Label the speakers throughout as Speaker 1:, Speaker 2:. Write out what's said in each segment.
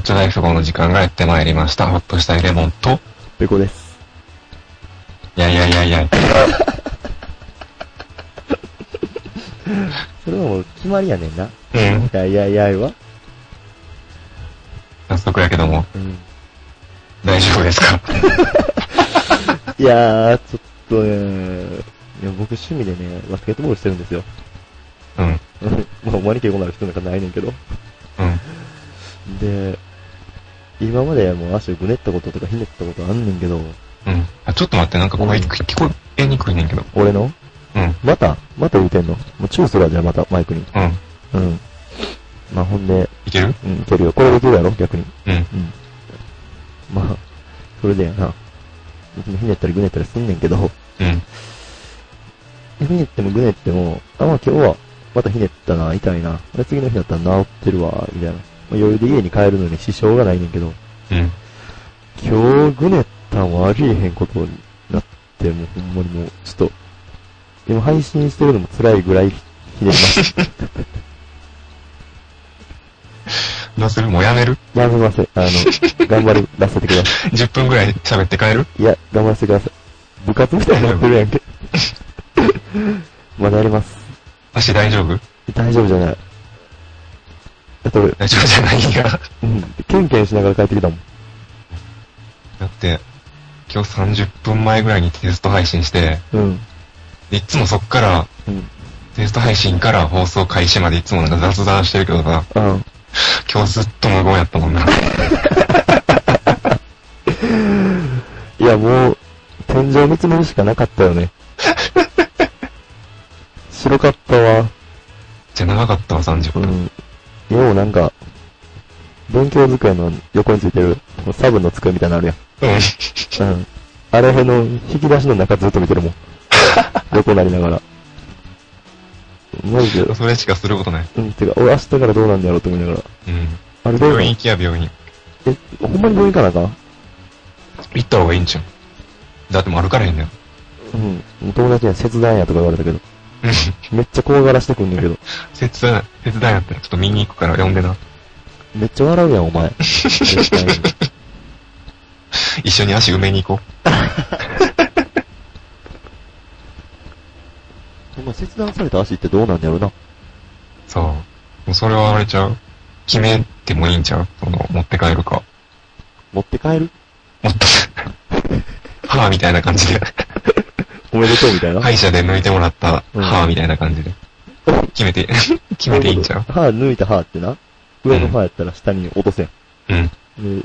Speaker 1: ただいそこの時間がやってまいりました。ほっとしたいレモンと、
Speaker 2: ペコです。
Speaker 1: いやいやいやいや、
Speaker 2: それはもう決まりやねんな。
Speaker 1: うん
Speaker 2: いやいやいやいは。
Speaker 1: 早速やけども、
Speaker 2: うん。
Speaker 1: 大丈夫ですか
Speaker 2: いやー、ちょっとね、いや僕趣味でね、バスケットボールしてるんですよ。
Speaker 1: うん、うん、
Speaker 2: うんまあ、お前に敬語ならしてるのかないねんけど。で、今までもう足をぐねったこととかひねったことあんねんけ
Speaker 1: う
Speaker 2: ど、
Speaker 1: ん。あ、ちょっと待って、なんか声、聞こえにくいねんけど。
Speaker 2: 俺の
Speaker 1: うん、うん、
Speaker 2: またまた言うてんのもうチューするわ、じゃあまたマイクに。うん。まあほんで、
Speaker 1: いける
Speaker 2: うん、いけるよ。これできるやろ逆に。
Speaker 1: うん、
Speaker 2: うん。まあ、それでやな。ひねったりぐねったりすんねんけど、
Speaker 1: うん、
Speaker 2: ひねってもぐねっても、あ、まあ今日はまたひねったな、痛いな。で次の日だったら治ってるわ、みたいな。まあ、余裕で家に帰るのに支障がないねんけど、
Speaker 1: うん。
Speaker 2: 今日ぐねったんはありえへんことになって、もうほんまにもう、ちょっと、今配信してるのも辛いぐらいひねりま した。
Speaker 1: どうするもうやめる
Speaker 2: やめません。あの、頑張らせてくださ
Speaker 1: ?10 分ぐらい喋って帰る
Speaker 2: い。いや、頑張らせてください。部活みたいになってるやんけ。 まだやります。
Speaker 1: 足大丈夫
Speaker 2: 大丈夫じゃない。だって俺、
Speaker 1: 大丈夫じゃない や。
Speaker 2: うん、ケンケンしながら帰ってきたもん。
Speaker 1: だって、今日30分前ぐらいにテスト配信して、
Speaker 2: うん。
Speaker 1: いっつもそっから、
Speaker 2: うん。
Speaker 1: テスト配信から放送開始までいつもなんか雑談してるけどさ、
Speaker 2: うん。
Speaker 1: 今日ずっと無言やったもんな。
Speaker 2: いや、もう、天井見つめるしかなかった よね。白かったわ。
Speaker 1: じゃ長かったわ、30
Speaker 2: う
Speaker 1: 分。
Speaker 2: ん。ようなんか、勉強机の横についてる、サブの机みたいなのあるやん。
Speaker 1: う
Speaker 2: うん。あれへの引き出しの中ずっと見てるも ん。横なりながら。マジで
Speaker 1: ん。。それしかすることない。
Speaker 2: うん、てか、俺明日からどうなんだろうと思いながら。
Speaker 1: うん。
Speaker 2: あれどう
Speaker 1: 病院
Speaker 2: え、
Speaker 1: 行きや、病院。
Speaker 2: ほんまに病院行かなあかん
Speaker 1: 行った方がいいんちゃうだってもう歩かれへんねん。
Speaker 2: うん。友達には切断やとか言われたけど。
Speaker 1: うん
Speaker 2: めっちゃ怖がらしてくんねんけど。
Speaker 1: 切断、切断やったらちょっと見に行くから呼んでな。
Speaker 2: めっちゃ笑うやん、お前。 絶対に
Speaker 1: 一緒に足埋めに行こ
Speaker 2: ほんま切断された足ってどうなんやろな。
Speaker 1: う。そう。もうそれはあれちゃう決めてもいいんちゃうその、持って帰るか。
Speaker 2: 持って帰る
Speaker 1: 持って帰る。歯みたいな感じで。
Speaker 2: おめでとうみたいな。
Speaker 1: 歯医者で抜いてもらった
Speaker 2: うん
Speaker 1: 歯みたいな感じで。決めて、決めていいんちゃう
Speaker 2: 歯抜いた歯ってな。上の歯やったら下に落とせん。
Speaker 1: うん。
Speaker 2: で、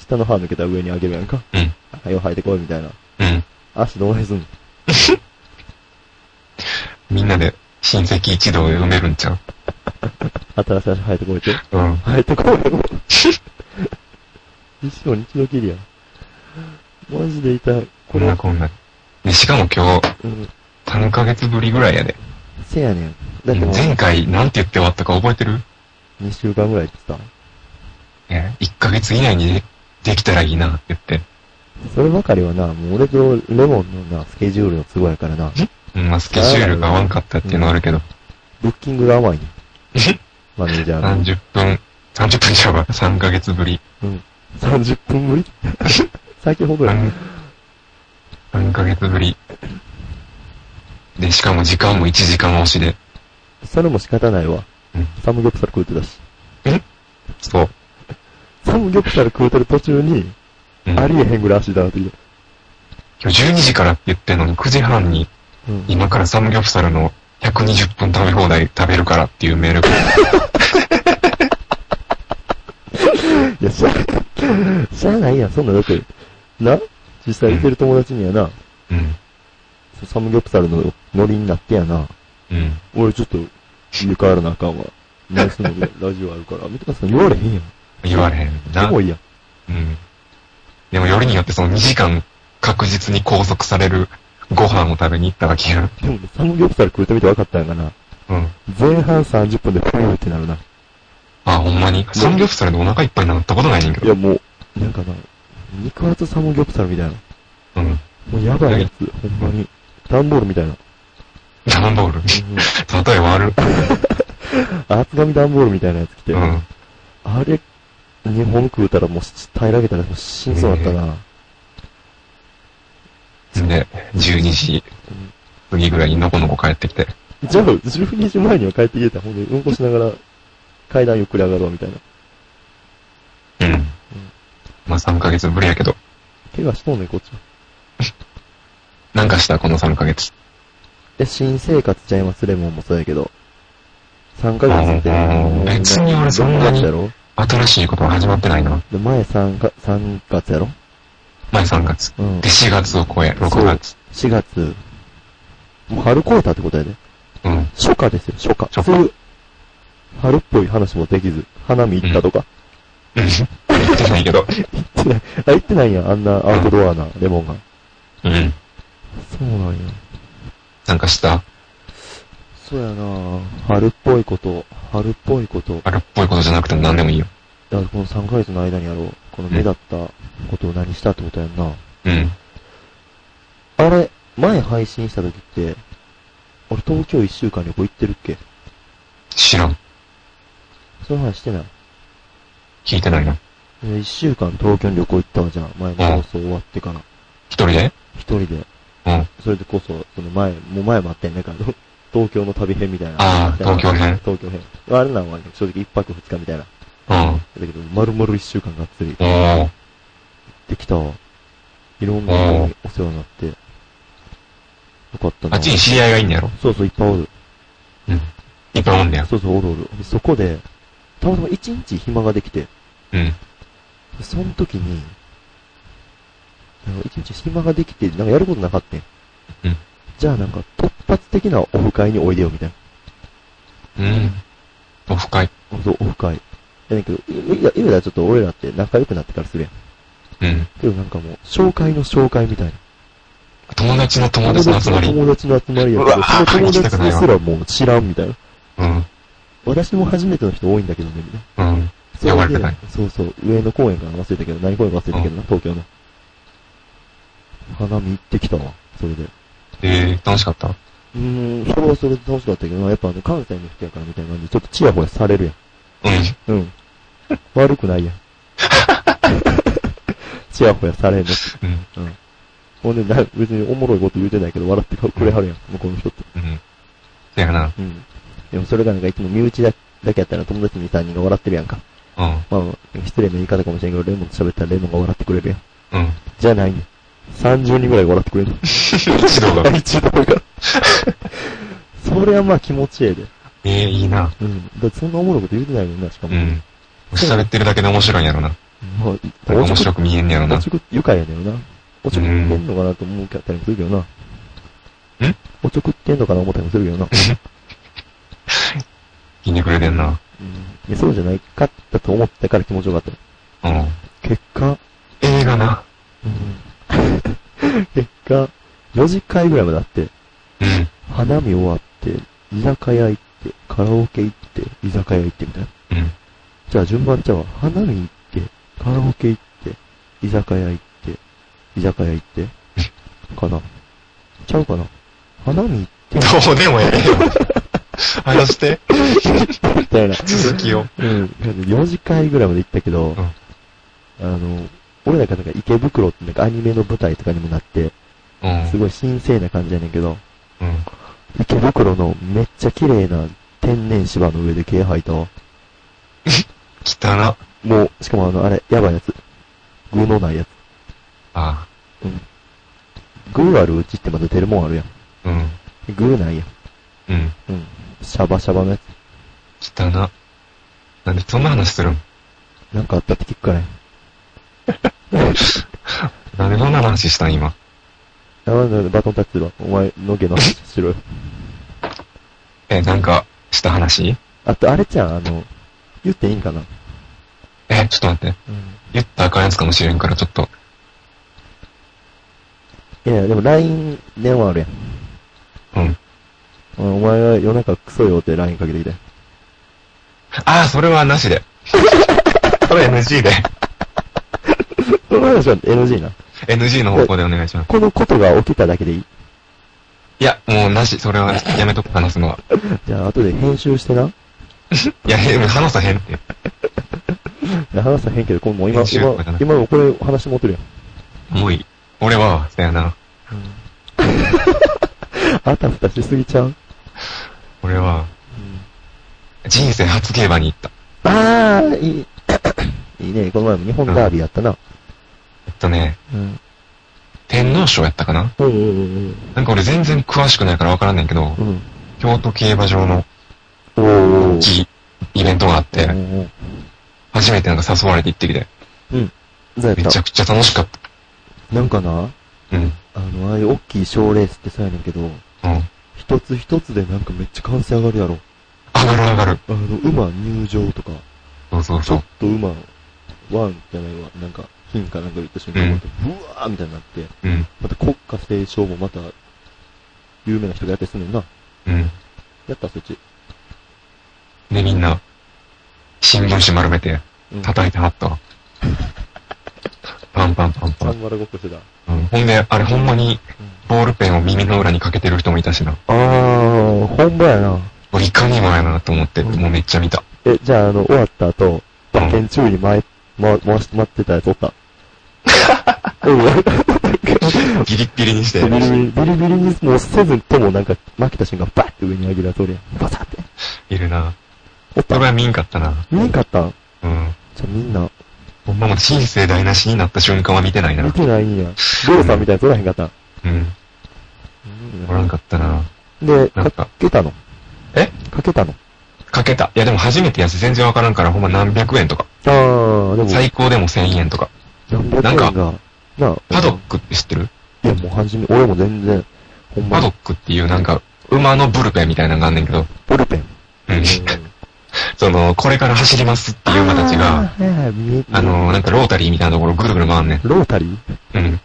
Speaker 2: 下の歯抜けたら上に上げるやんか。
Speaker 1: うん。
Speaker 2: はよ生えてこいみたいな。
Speaker 1: うん。
Speaker 2: 足どないすんの
Speaker 1: みんなで親戚一同で埋めるんちゃう
Speaker 2: 新しい足生えてこいって。
Speaker 1: うん。
Speaker 2: 生えてこいよ。一生に一度きりやん。マジで痛い。
Speaker 1: こ
Speaker 2: こ
Speaker 1: ん
Speaker 2: れ
Speaker 1: な、こんな。で、しかも今日、
Speaker 2: うん。
Speaker 1: 3ヶ月ぶりぐらいやで。
Speaker 2: せやねん。だってもう、
Speaker 1: 前回なんて言って終わったか覚えてる
Speaker 2: 2週間ぐらいって言って
Speaker 1: え ?1 ヶ月以内にでできたらいいなって言って。
Speaker 2: た。そればかりはな、もう俺とレモンのな、スケジュールの都合やからな。
Speaker 1: うん、まあ、スケジュールが合わんかったっていうのはあるけど、
Speaker 2: ブッキングが甘いね。マネージャーの。
Speaker 1: 30分、30分ちゃうわ、3ヶ月ぶり。
Speaker 2: 30分ぶり 先ほどや。
Speaker 1: 3, 3ヶ月ぶり。で、しかも時間も1時間押しで。
Speaker 2: それも仕方ないわ
Speaker 1: うん。
Speaker 2: サムギョプサル食うてたし。
Speaker 1: そう。
Speaker 2: サムギョプサル食うてる途中に、
Speaker 1: うん、今
Speaker 2: ありえへんぐらい足だなってきた。
Speaker 1: 日12時からって言ってんのに9時半に、
Speaker 2: うん。
Speaker 1: 今からサムギョプサルの120分食べ放題食べるからっていうメールが。
Speaker 2: いや、しゃ、しゃあないやん、そんなんだって。な実際いてる友達にはな、
Speaker 1: うん。
Speaker 2: サムギョプサルのノリになってやな。
Speaker 1: うん。
Speaker 2: 俺ちょっと、家帰らなあかんわ。何すんの ラジオあるから。みたいな、言われへんやん。
Speaker 1: 言われへん
Speaker 2: す
Speaker 1: な。
Speaker 2: ごいやん。
Speaker 1: うん。でもよりによってその2時間確実に拘束されるご飯を食べに行ったわけやん。
Speaker 2: でもね、サムギョプサル食うてみて分かったんやかな。
Speaker 1: うん。
Speaker 2: 前半30分でふーってなるな。
Speaker 1: あ、ほんまに。サムギョプサルでお腹いっぱいになったことないねんけ
Speaker 2: い
Speaker 1: ど。
Speaker 2: や、もう、なんかな、肉厚サムギョプサルみたいな。
Speaker 1: うん。
Speaker 2: もうやばいやつ、ほんまに。段ボールみたいな。
Speaker 1: ダンボール。例え悪る。
Speaker 2: 厚紙段ボールみたいなやつ来て。
Speaker 1: うん。
Speaker 2: あれ、 2本食うたらもう平らげたら死にそうだったな。
Speaker 1: で、12時過ぎぐらいにのこのこ帰ってきて、
Speaker 2: じゃあ、12時前には帰ってきてたら、ほんで、うんこしながら階段ゆっくり上がろうみたいな。
Speaker 1: うん。まあ3ヶ月ぶりやけど、
Speaker 2: 怪我しとんねん、こっちは。
Speaker 1: なんかしたこの3ヶ月。
Speaker 2: え、新生活ちゃいます、レモンもそうやけど。3ヶ月って。
Speaker 1: うん別に俺そんなに
Speaker 2: 6月やろ
Speaker 1: 新しいことは始まってないな。
Speaker 2: で、前3か、3月やろ
Speaker 1: 前3月。
Speaker 2: うん
Speaker 1: で、。4月を超え、
Speaker 2: そう
Speaker 1: 6月。
Speaker 2: 4月。もう春超えたってことやで。
Speaker 1: うん。
Speaker 2: 初夏ですよ、初夏。
Speaker 1: 初夏
Speaker 2: そういう、春っぽい話もできず、花見行ったとか。
Speaker 1: うん。言ってないけど。
Speaker 2: あ、行ってないやん、あんなアウトドアな、レモンが。
Speaker 1: うん。
Speaker 2: そうなんや。
Speaker 1: なんかした
Speaker 2: そうやな春っぽいこと、春っぽいこと。
Speaker 1: あれっぽいことじゃなくても何でもいいよ。
Speaker 2: だからこの3ヶ月の間にやろう。この目立ったことを何したってことやんな。
Speaker 1: うん。
Speaker 2: あれ、前配信した時って、俺東京1週間旅行行ってるっけ
Speaker 1: 知らん。
Speaker 2: その話してない。
Speaker 1: 聞いてないな。
Speaker 2: 1週間東京に旅行行ったわじゃん。前の放送終わってから。
Speaker 1: 一人で
Speaker 2: 一人で。
Speaker 1: うん。
Speaker 2: それでこそ、その前、もう前もあったよね、あの、 東京の旅編みたいな。
Speaker 1: ああ、東京編。
Speaker 2: 東京編。あれなんはね、正直一泊二日みたいな。だ
Speaker 1: うん。
Speaker 2: けど、丸々一週間がっつり
Speaker 1: お
Speaker 2: 行っ
Speaker 1: ー。
Speaker 2: てきたわ。いろんな人にお世話になって。よかったな。
Speaker 1: あっちに知り合いがいいんだやろ
Speaker 2: そうそう、いっぱいおる。
Speaker 1: いっぱいおんだよ。
Speaker 2: そうそう、おるおる。そこで、たまたま一日暇ができて、
Speaker 1: うん。
Speaker 2: その時に、なんか一日暇ができて、なんかやることなかったん。
Speaker 1: うん
Speaker 2: じゃあなんか突発的なオフ会においでよ、みたい
Speaker 1: うん。オフ会。
Speaker 2: な。そう、オフ会。やねんけど、いいや、今ではちょっと俺らって仲良くなってからするやん。
Speaker 1: うん。
Speaker 2: けどなんかもう、紹介の紹介みたいな。
Speaker 1: 友達の友達の集まり。
Speaker 2: 友達の集まりや
Speaker 1: う
Speaker 2: けど、
Speaker 1: わ
Speaker 2: その友
Speaker 1: 行きた
Speaker 2: 達
Speaker 1: くないわ
Speaker 2: すらもう知らんみたいな。
Speaker 1: うん。
Speaker 2: 私も初めての人多いんだけどね、みたいな。
Speaker 1: うん。
Speaker 2: それ
Speaker 1: 呼ばれ
Speaker 2: で
Speaker 1: てない
Speaker 2: そうそう、上野公園から忘れたけど、何公園か忘れたけどな、東京の。花見行ってきたわ、それで。
Speaker 1: えー、楽しかった
Speaker 2: うーん、それはそれで楽しかったけど、やっぱあの、関西の人やからみたいな感じで、ちょっとチヤホヤされる
Speaker 1: う
Speaker 2: やん。うん。悪 くないやん。チヤホヤされんの。
Speaker 1: ん。うん。
Speaker 2: ほんでな、別におもろいこと言うてないけど、笑ってくれはるやん、向こうの人って。
Speaker 1: うん。せやな。
Speaker 2: うん。でもそれがなんかいつも身内だだけやったら友達に3人が笑ってるやんか。
Speaker 1: うん。
Speaker 2: まあ、失礼な言い方かもしれんけど、レモンと喋ったらレモンが笑ってくれるやん。
Speaker 1: うん。
Speaker 2: じゃないね。30人ぐらい笑ってくれる。
Speaker 1: 一同が。
Speaker 2: 一度 が。それはまあ気持ちええで。
Speaker 1: えー、いいな。
Speaker 2: うん。だってそんなおもろいこと言うてないもんな、しか
Speaker 1: う
Speaker 2: も。
Speaker 1: ん。喋ってるだけで面白いんやろな。
Speaker 2: ま
Speaker 1: な
Speaker 2: あ、
Speaker 1: んか面白
Speaker 2: く
Speaker 1: く見えんねやろな
Speaker 2: 落。ちくって愉快やねんよな。おちょくってんのかなと思うけったりもするけどな。んおちょくってんのかな思ったりもするけどな。
Speaker 1: ひねくれてんな。
Speaker 2: うん。いや、そうじゃないかったと思ったから気持ちよかった。
Speaker 1: うん。
Speaker 2: 結果、
Speaker 1: 映画な。
Speaker 2: うん。結果、4時回ぐらいまであって、
Speaker 1: うん。
Speaker 2: 花見終わって、居酒屋行って、カラオケ行って、居酒屋行ってみたいな。
Speaker 1: うん。
Speaker 2: じゃあ順番ちゃうわ。花見行って、カラオケ行って、居酒屋行って、居酒屋行って、かな。ちゃうかな。花見行っ
Speaker 1: どうでもええよ。話して、
Speaker 2: て、みたいな。
Speaker 1: 続きを。
Speaker 2: うん。4時回ぐらいまで行ったけど、
Speaker 1: ん
Speaker 2: あの、俺なんかなんか池袋ってなんかアニメの舞台とかにもなって、
Speaker 1: うん。
Speaker 2: すごい神聖な感じやねんけど、
Speaker 1: うん。
Speaker 2: 池袋のめっちゃ綺麗な天然芝の上で毛吐いたわ。
Speaker 1: 汚な。
Speaker 2: もう、しかもあの、あれ、やばいやつ。具のないやつ。
Speaker 1: あ
Speaker 2: 具あるうちってまだ出るもんあるやん。
Speaker 1: あ。うん。
Speaker 2: 具ないやん。
Speaker 1: うん。
Speaker 2: うん。シャバシャバのやつ。
Speaker 1: 汚な。なんでそんな話するん
Speaker 2: なんかあったって聞くからやん。
Speaker 1: なんでそんな話したん今。
Speaker 2: あなんでバトンタッチするわ。お前の毛の話しろよ。
Speaker 1: え、なんか、した話
Speaker 2: あと、あれちゃん、あの、言っていいんかな
Speaker 1: え、ちょっと待って。
Speaker 2: うん。
Speaker 1: 言ったらあかんやつかもしれんから、ちょっと。
Speaker 2: いや、でも LINE 電話あるやん。
Speaker 1: うん。
Speaker 2: うんお前が夜中クソよって LINE かけてきたよ
Speaker 1: ああ、それはな しで。それ NG で。
Speaker 2: その話は NG な。
Speaker 1: NG の方向でお願いします。
Speaker 2: このことが起きただけでいい
Speaker 1: いや、もうなし。それはやめとく、話すのは。
Speaker 2: じゃあ、後で編集してな。
Speaker 1: いや、へ話さへんって。
Speaker 2: いや話さへんけど、これもう今、
Speaker 1: 編集部かな
Speaker 2: 今、今もこれ話持ってる
Speaker 1: もういい。俺は、そやな。
Speaker 2: やん。あたふたしすぎちゃう、
Speaker 1: 俺は、人生初競馬に行った。
Speaker 2: ああ、い い。いいね、この前も日本ダービーやったな。
Speaker 1: えっとね、
Speaker 2: うん。
Speaker 1: 天皇賞やったかな
Speaker 2: うんうん
Speaker 1: なんか俺全然詳しくないからわからんねんけど
Speaker 2: うんう、ん。
Speaker 1: 京都競馬場の
Speaker 2: おー
Speaker 1: 大きいイベントがあって、
Speaker 2: うん
Speaker 1: 初めてなんか誘われて行ってきて、
Speaker 2: どうやっ
Speaker 1: めちゃくちゃ楽しかった
Speaker 2: なんかな、
Speaker 1: た。うん。
Speaker 2: あの、ああいう大きい賞レースってさやねんけど、
Speaker 1: うん。
Speaker 2: 一つ一つでなんかめっちゃ歓声上がるやろ。
Speaker 1: 上がる上がる。
Speaker 2: あの、馬入場とか、
Speaker 1: そうそう
Speaker 2: ち
Speaker 1: そ
Speaker 2: ょ
Speaker 1: う
Speaker 2: っ。と馬、ワンじゃないわ、なんか、金かなんか言った瞬間、
Speaker 1: うん
Speaker 2: ブワーみたいになって、
Speaker 1: うん。
Speaker 2: また国家斉唱もまた、有名な人がやったりすんねんな。
Speaker 1: うん。
Speaker 2: やったそっち。
Speaker 1: で、みんな、新聞紙丸めて、
Speaker 2: うん。
Speaker 1: 叩いてはったわ。パンパンパンパ
Speaker 2: サ
Speaker 1: ン。
Speaker 2: ンマラごっこしてた。
Speaker 1: うん、ほんで、あれほんまに、ボールペンを耳の裏にかけてる人もいたしな。
Speaker 2: あー、本場やな。
Speaker 1: もういかにもやなと思って、
Speaker 2: うん
Speaker 1: もうめっちゃ見た。
Speaker 2: え、じゃあ、あの、終わった後、
Speaker 1: うん
Speaker 2: 馬券注意に回、回、回して待ってたやつお った。うん。
Speaker 1: ギリッギリにして、
Speaker 2: ビリビリ、ビリビリにもうせずともなんか、負けた瞬間、バッて上に上げた通りやん。バサって。
Speaker 1: いるな。
Speaker 2: お
Speaker 1: そ
Speaker 2: った
Speaker 1: れ。は見んかったな。
Speaker 2: 見んかったん
Speaker 1: うん。
Speaker 2: じゃあみんな、
Speaker 1: ほんまもう人生台無しになった瞬間は見てない
Speaker 2: 見
Speaker 1: な。
Speaker 2: てないんや。ゴーさんみたいなやつおらへんかったん
Speaker 1: うん。おらんかったな。
Speaker 2: で、
Speaker 1: なん
Speaker 2: か
Speaker 1: か、
Speaker 2: けたの
Speaker 1: え
Speaker 2: かけたの
Speaker 1: かけた。いやでも初めてやし全然わからんから、ほんま何百円とか。
Speaker 2: あー、でも、
Speaker 1: 最高でも千円とか。
Speaker 2: 何百円
Speaker 1: な
Speaker 2: が、
Speaker 1: ん
Speaker 2: なあ、
Speaker 1: パドックって知ってる
Speaker 2: いや、もう初め、俺も全然、ほんま
Speaker 1: パド
Speaker 2: に
Speaker 1: ッ、クっていうなんか、馬のブルペンみたいなのがあんねんけど、
Speaker 2: ボルペン。
Speaker 1: うん。 その、これから走りますっていう馬たちが、
Speaker 2: あー、はいはい見え
Speaker 1: あの、なんかロータリーみたいなところをぐるぐる回んねん。
Speaker 2: ロータリー
Speaker 1: うん。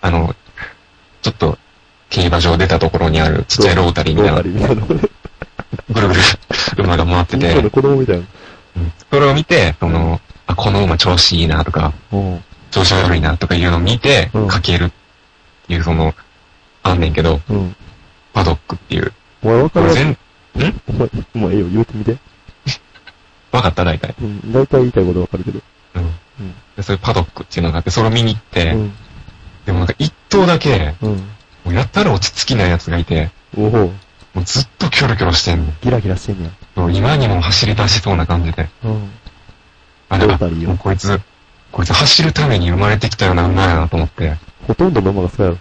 Speaker 1: あの、ちょっと、競馬場出たところにあるちっちゃいロータリーみ
Speaker 2: ロ
Speaker 1: たい
Speaker 2: ータ
Speaker 1: な、
Speaker 2: リーみたいな。
Speaker 1: ぐ るぐる馬が回ってて、
Speaker 2: の子供みたいな。
Speaker 1: うんそれを見て、その、あ、この馬調子いいなとか、
Speaker 2: うん。
Speaker 1: 調子悪いなとかいうのを見て
Speaker 2: うん、
Speaker 1: かけるっていう、その、あんねんけど、
Speaker 2: うん。
Speaker 1: パドックっていう。
Speaker 2: お前分
Speaker 1: こ
Speaker 2: か
Speaker 1: れ
Speaker 2: らん。
Speaker 1: 全、
Speaker 2: お前、もうええよ、言うてみて。
Speaker 1: わかった大体。
Speaker 2: うん。大体言いたいこと分かるけど。
Speaker 1: うん
Speaker 2: うん。
Speaker 1: でそういうパドックっていうのがあって、それを見に行って、
Speaker 2: うん。
Speaker 1: でもなんか一頭だけ、
Speaker 2: うん。
Speaker 1: もうやったら落ち着きない奴がいて、
Speaker 2: おお
Speaker 1: もうずっとキョロキョロしてんの
Speaker 2: ギラギラしてんや。
Speaker 1: そう。今にも走り出しそうな感じで。
Speaker 2: うん。
Speaker 1: あ、
Speaker 2: ロ
Speaker 1: だか
Speaker 2: ータ
Speaker 1: ら、
Speaker 2: リーよ
Speaker 1: もうこいつ、こいつ走るために生まれてきたような馬やなと思って。
Speaker 2: ほとんどママがそうやろ。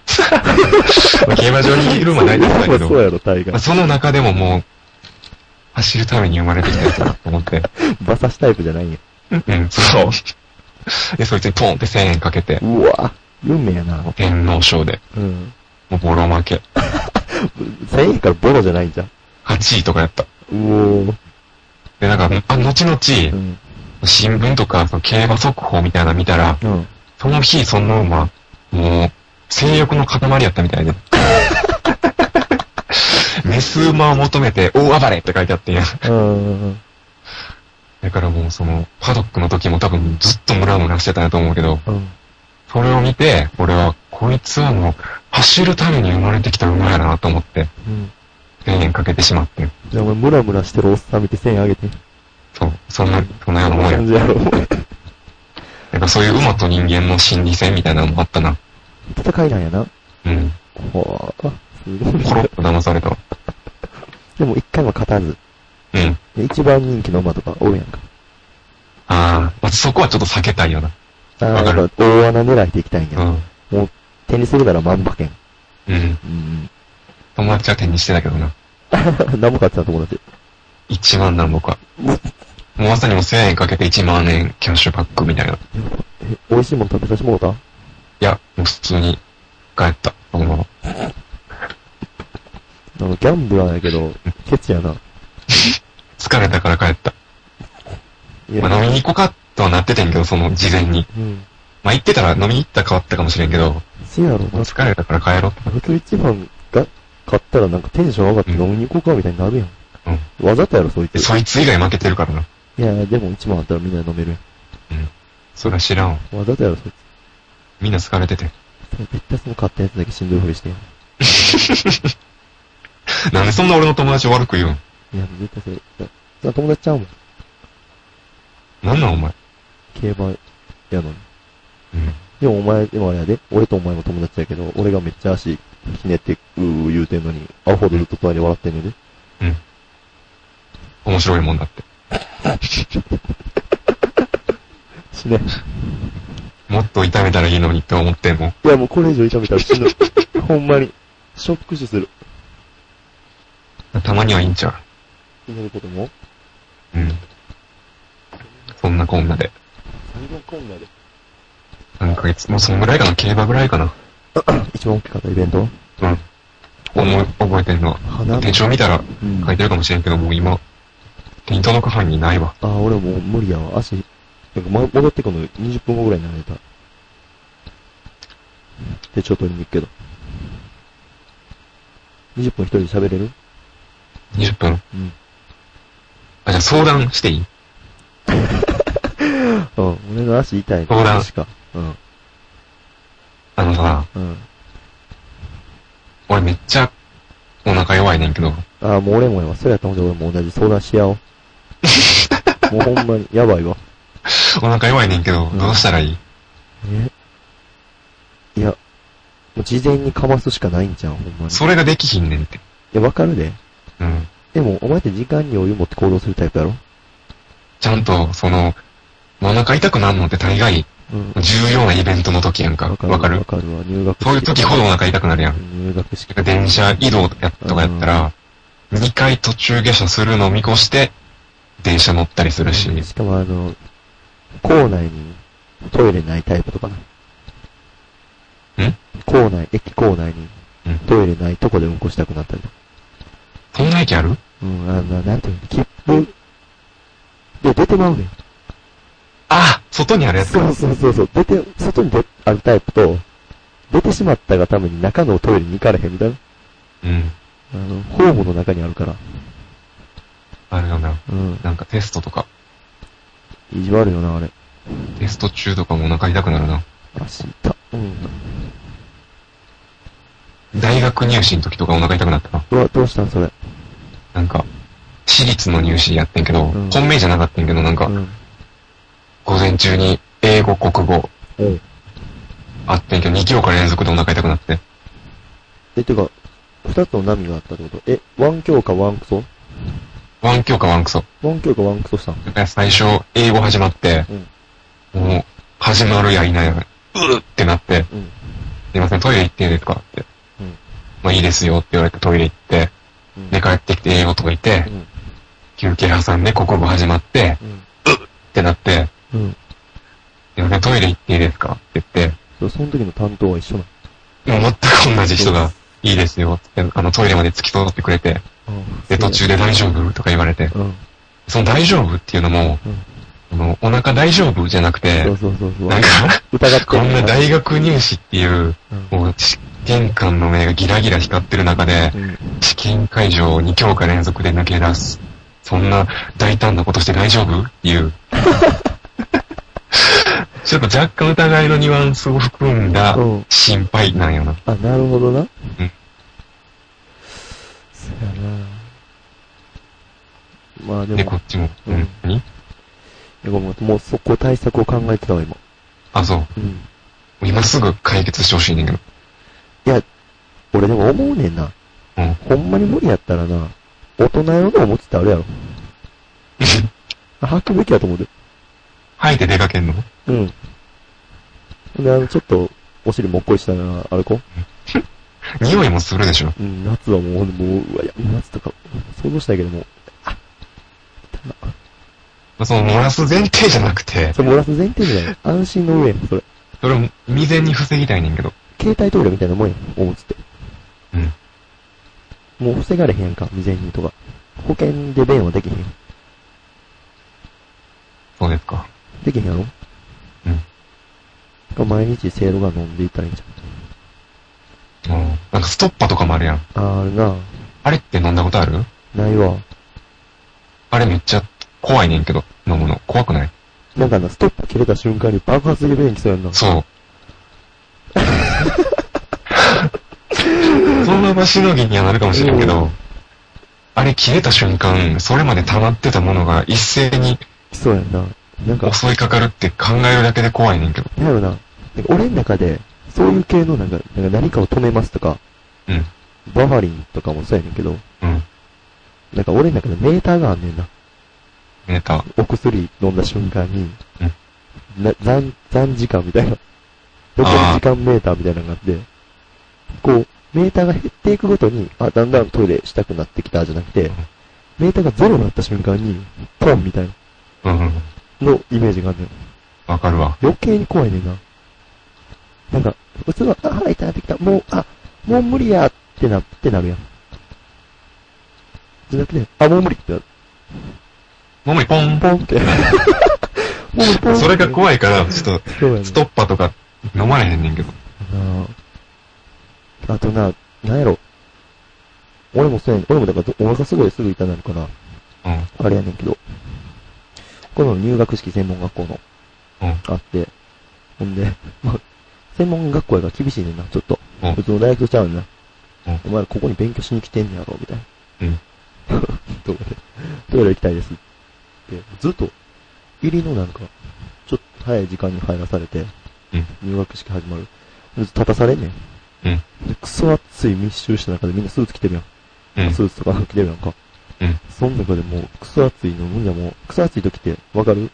Speaker 1: まあ競馬場にいる馬ないんだけ
Speaker 2: ママ
Speaker 1: ど、
Speaker 2: そうやろ、大
Speaker 1: まあ
Speaker 2: 概。
Speaker 1: その中でももう、走るために生まれてきたやつだなと思 って。
Speaker 2: 馬刺しタイプじゃないんや。
Speaker 1: うん、そう。で、そいつにポンって1000円かけて、
Speaker 2: うわ運命やな。
Speaker 1: 天皇賞で、
Speaker 2: うん。
Speaker 1: もうボロ負け。
Speaker 2: 1000円からボロじゃないんじゃん。
Speaker 1: 8位とかやった。
Speaker 2: うおー。
Speaker 1: で、なんか、あ、後々、
Speaker 2: うん。
Speaker 1: 新聞とか、その競馬速報みたいなの見たら、
Speaker 2: うん。
Speaker 1: その日、その馬、もう、性欲の塊やったみたいで。メス馬を求めて大暴れって書いてあってんや。
Speaker 2: うん。
Speaker 1: だからもうその、パドックの時も多分ずっとムラムラしてたんやと思うけど、
Speaker 2: うん。
Speaker 1: それを見て、俺は、こいつはもう、走るために生まれてきた馬やなと思って、
Speaker 2: うん。
Speaker 1: 1000円かけてしまって。
Speaker 2: じゃあお前、ムラムラしてるおっさん見て1000円あげて。
Speaker 1: そう、そんな、そんなようなもんや。
Speaker 2: 感じやろ。
Speaker 1: なんかそういう馬と人間の心理戦みたいなのもあったな。
Speaker 2: 戦いなんやな。
Speaker 1: うん。
Speaker 2: ほー。すごい。
Speaker 1: コロッと騙されたわ。
Speaker 2: でも一回も勝たず。
Speaker 1: うん。
Speaker 2: で一番人気の馬とか多いやんか。
Speaker 1: ああ、まあ、そこはちょっと避けたいよな。
Speaker 2: あ
Speaker 1: わか
Speaker 2: あ、
Speaker 1: る
Speaker 2: やっぱ大穴狙いでいきたいん
Speaker 1: う
Speaker 2: や。
Speaker 1: ん。
Speaker 2: 手にするなら万馬券。
Speaker 1: うん。
Speaker 2: うん。
Speaker 1: 友達は手にしてたけどな。
Speaker 2: 何も買ってた友達。
Speaker 1: 1万なんぼか。もうまさにもう1000円かけて1万円キャッシュバックみたいな。い
Speaker 2: え、美味しいもの食べさせてもらっ
Speaker 1: や、もう普通に帰った。このまま。
Speaker 2: たなんかギャンブラーやけど、ケチやな。
Speaker 1: 疲れたから帰った。
Speaker 2: いや、
Speaker 1: まあ、飲みに行こうかとはなっててんけど、その事前に。
Speaker 2: うん。
Speaker 1: まあ、行ってたら飲みに行ったら変わったかもしれんけど、も
Speaker 2: せやろ、
Speaker 1: う
Speaker 2: な
Speaker 1: 疲れたから帰ろうと。
Speaker 2: あれと一番が、買ったらなんかテンション上がって飲みに行こうかみたいになるやん。わざとやろ、そい
Speaker 1: で、
Speaker 2: つ。
Speaker 1: そいつ以外負けてるからな。
Speaker 2: いや、でも一番あったらみんな飲める
Speaker 1: それは知らんわ。
Speaker 2: やん。わざとやろ、そい
Speaker 1: みんな疲れてて。
Speaker 2: つ。絶対その買ったやつだけしんどいふりしてん。い
Speaker 1: なんでそんな俺の友達を悪く言うん
Speaker 2: や、絶対それ、だ友達ちゃうもん。
Speaker 1: なんなんお前。
Speaker 2: 競馬やのに。
Speaker 1: うん。
Speaker 2: でもお前、でもあれやで、俺とお前も友達やけど、俺がめっちゃ足ひねって、うー言うてんのに、アホでずっと隣で笑ってんねんで。
Speaker 1: 面白いもんだって。
Speaker 2: 死ね。
Speaker 1: もっと痛めたらいいのにって思ってんもん。
Speaker 2: いやもうこれ以上痛めたら 死ぬ。ほんまに。ショック死する。
Speaker 1: たまにはいいんちゃ
Speaker 2: ひねることも
Speaker 1: う。うん。そんなこんなで。
Speaker 2: 最後こんなで。
Speaker 1: 何ヶ月、もうそんぐらいかな競馬ぐらいかな。
Speaker 2: 一番大きかったイベント
Speaker 1: うん。思い、覚えてんの
Speaker 2: 花
Speaker 1: は。
Speaker 2: 火
Speaker 1: 手帳見たら
Speaker 2: うん
Speaker 1: 書いてるかもしれんけど、もう今、手に届く範囲にないわ。
Speaker 2: あー、俺もう無理やわ。足、なんか、ま、戻ってこの20分後ぐらいになられた。手帳取りに行くけど。20分一人で喋れる
Speaker 1: 20分。
Speaker 2: うん。
Speaker 1: あ、じゃあ相談していい
Speaker 2: うん、俺の足痛い
Speaker 1: ほら
Speaker 2: 確か。うん、
Speaker 1: あのさ、
Speaker 2: うん。
Speaker 1: 俺めっちゃお腹弱いねんけど、
Speaker 2: あー、もう俺もやわ。それやったらほんと俺も同じ相談し 合おう。もうほんまに、やばいわ。
Speaker 1: お腹弱いねんけど、
Speaker 2: うん
Speaker 1: どうしたらいい
Speaker 2: えいや、もう事前にかますしかないんじゃん、ほんまに。い
Speaker 1: それができひんねんって。
Speaker 2: や、わかるで。
Speaker 1: うん。
Speaker 2: でも、お前って時間に余裕持って行動するタイプやろ
Speaker 1: ちゃんと、その、お腹痛くなんのって大概、
Speaker 2: うん。
Speaker 1: 重要なイベントの時やんか。わか
Speaker 2: わ
Speaker 1: る
Speaker 2: かるわ、入学式
Speaker 1: そういう時ほどお腹痛くなるやん。
Speaker 2: 入学式
Speaker 1: 電車移動やとかやったら、2回途中下車するのを見越して、電車乗ったりするし、
Speaker 2: しかもあの、校内にトイレないタイプとかな。
Speaker 1: ん
Speaker 2: 校内、駅構内に
Speaker 1: うん
Speaker 2: トイレないとこでうんこしたくなったりとか。
Speaker 1: そんな駅ある
Speaker 2: うん、あの、なんていうの、切符。で、出てまうねん。
Speaker 1: あ外にあるやつ
Speaker 2: そうそうそうそう。出て、外に出、あるタイプと、出てしまったがために中のトイレに行かれへんみたいな。
Speaker 1: うん。
Speaker 2: あの、ホームの中にあるから。
Speaker 1: あるよな。
Speaker 2: うん。
Speaker 1: なんかテストとか、
Speaker 2: 意地悪いよな、あれ。
Speaker 1: テスト中とかもお腹痛くなるな。
Speaker 2: 足痛。うん。
Speaker 1: 大学入試の時とかお腹痛くなったな。
Speaker 2: うわ、どうしたんそれ。
Speaker 1: なんか、私立の入試やってんけど、
Speaker 2: うん
Speaker 1: 本命じゃなかったんけど、なんか、
Speaker 2: うん。
Speaker 1: 午前中に英語、国語
Speaker 2: うん。
Speaker 1: あってんけど、2教科連続でお腹痛くなって。
Speaker 2: え、てか、二つの波があったってことえ、ワン教科ワンクソ
Speaker 1: ワン教科ワンクソ。
Speaker 2: ワン教科ワンクソしたの
Speaker 1: 最初、英語始まって、
Speaker 2: うん。
Speaker 1: もう、始まるやいないや、うーってなって、
Speaker 2: うん。
Speaker 1: すいません、トイレ行っていいですかって。
Speaker 2: うん。
Speaker 1: まあいいですよって言われてトイレ行って、
Speaker 2: うん。
Speaker 1: で帰ってきて英語解いて
Speaker 2: う、ん。
Speaker 1: 休憩挟んで国語始まって、ってなって、
Speaker 2: うん。うん。
Speaker 1: すいません、トイレ行っていいですかって言って、
Speaker 2: そうその時の担当は一緒な
Speaker 1: もう全く同じ人が、いいですよって、あのトイレまで付き添ってくれて、
Speaker 2: の。
Speaker 1: で途中で大丈夫とか言われて、
Speaker 2: うん。うん。
Speaker 1: その大丈夫っていうのも、あの、お腹大丈夫じゃなくて
Speaker 2: そ、うそうそうそう。
Speaker 1: なんか、
Speaker 2: 疑って
Speaker 1: こんな大
Speaker 2: 学。
Speaker 1: 学入試っていう、
Speaker 2: うん。
Speaker 1: もう試験官の目がギラギラ光ってる中で、
Speaker 2: うん
Speaker 1: 試験会場を2教科連続で抜け出す。そんな大胆なことして大丈夫って いう。ちょっと若干疑いのニュアンスを含んだ
Speaker 2: うん
Speaker 1: 心配なんよな。
Speaker 2: あ、なるほどな。
Speaker 1: うん。
Speaker 2: そやなまあでも
Speaker 1: で、、こっちも。う
Speaker 2: うん
Speaker 1: ん。何
Speaker 2: いやごめんもうそこ対策を考えてたわ、今。
Speaker 1: あ、そう。
Speaker 2: うん。
Speaker 1: 今すぐ解決してほしいねんけど。
Speaker 2: いや、俺でも思うねんな。
Speaker 1: うん。
Speaker 2: ほんまに無理やったらな、大人用のおもちってあるやろ。履くべきやと思うで。
Speaker 1: 吐いて出かけんの
Speaker 2: うん。ほんで、あの、ちょっと、お尻もっこりしたら、歩こ
Speaker 1: 匂いもするでしょ。
Speaker 2: う。うん、夏はもう、もう、うわ、いや、夏とか、想像したいけども、
Speaker 1: その、漏らす前提じゃなくて、
Speaker 2: それ漏らす前提じゃない。 安心の上やん、それ。
Speaker 1: それを未然に防ぎたいねんけど。
Speaker 2: 携帯トイレみたいなもんやん、おむつって。
Speaker 1: うん。
Speaker 2: もう防がれへんやんか、未然にとか。保険で便はできへん。
Speaker 1: そうですか。
Speaker 2: できへんやろ
Speaker 1: うん。
Speaker 2: か毎日せいろが飲んでいったらいいんじ
Speaker 1: うん。なんかストッパとかもあるやん。
Speaker 2: ゃん。あー、あるな。
Speaker 1: あれって飲んだことある
Speaker 2: ないわ。
Speaker 1: あれめっちゃ怖いねんけど、飲むの。怖くない
Speaker 2: なんかな、ストップ切れた瞬間に爆発的便器そうやんな。
Speaker 1: そう。そのまましのぎにはなるかもしれんけ
Speaker 2: う
Speaker 1: ど
Speaker 2: ん、
Speaker 1: あれ切れた瞬間、それまで溜まってたものが一斉に
Speaker 2: そうやんな。なんか、
Speaker 1: 襲いかかるって考えるだけで怖いねんけど。
Speaker 2: なんやろな、なんか俺の中で、そういう系のなんか、なんか何かを止めますとか、
Speaker 1: うん。
Speaker 2: バファリンとかもそうやねんけど、
Speaker 1: うん。
Speaker 2: なんか俺の中でメーターがあんねんな。
Speaker 1: メーター。
Speaker 2: お薬飲んだ瞬間に、な残、残時間みたいな、残り時間メーターみたいなのがあって、こう、メーターが減っていくごとに、あ、だんだんトイレしたくなってきたじゃなくて、メーターがゼロになった瞬間に、ポンみたい
Speaker 1: うんうん。
Speaker 2: な、のイメージがあるのよ。
Speaker 1: わかるわ。
Speaker 2: 余計に怖いねんな。なんか、普通は、あ、腹痛くなってきた、もう、あ、もう無理やってなってなるやん。じゃなくて、あ、もう無理ってなる、
Speaker 1: もう無理ポン
Speaker 2: ポ。ン って。もう無理ポン
Speaker 1: それが怖いから、ちょっ
Speaker 2: そうやね
Speaker 1: と、ストッパーとか飲まれへんねんけど。
Speaker 2: なああとな、なんやろ。俺もそうやねん。俺もだから、お腹すごいすぐ痛なるから、
Speaker 1: うん。
Speaker 2: あれやねんけど。この入学式専門学校の、
Speaker 1: うん。
Speaker 2: あって。ほんで、 まあ、専門学校やから厳しいねんな、ちょっと。
Speaker 1: うん
Speaker 2: 普通の大学とちゃうねんな。
Speaker 1: うん
Speaker 2: お前らここに勉強しに来てんねやろ、みたいな。
Speaker 1: うん。
Speaker 2: トイレ、トイレ行きたいです。って、ずっと、入りのなんか、ちょっと早い時間に入らされて、
Speaker 1: うん
Speaker 2: 入学式始まる。ずっと立たされんねん。
Speaker 1: うん。
Speaker 2: で、クソ暑い密集した中でみんなスーツ着てるやん。
Speaker 1: うん。
Speaker 2: スーツとか着てるやんか。
Speaker 1: うん。
Speaker 2: その中でもう、クソ暑いの、みんなもう、クソ暑い時って、わかる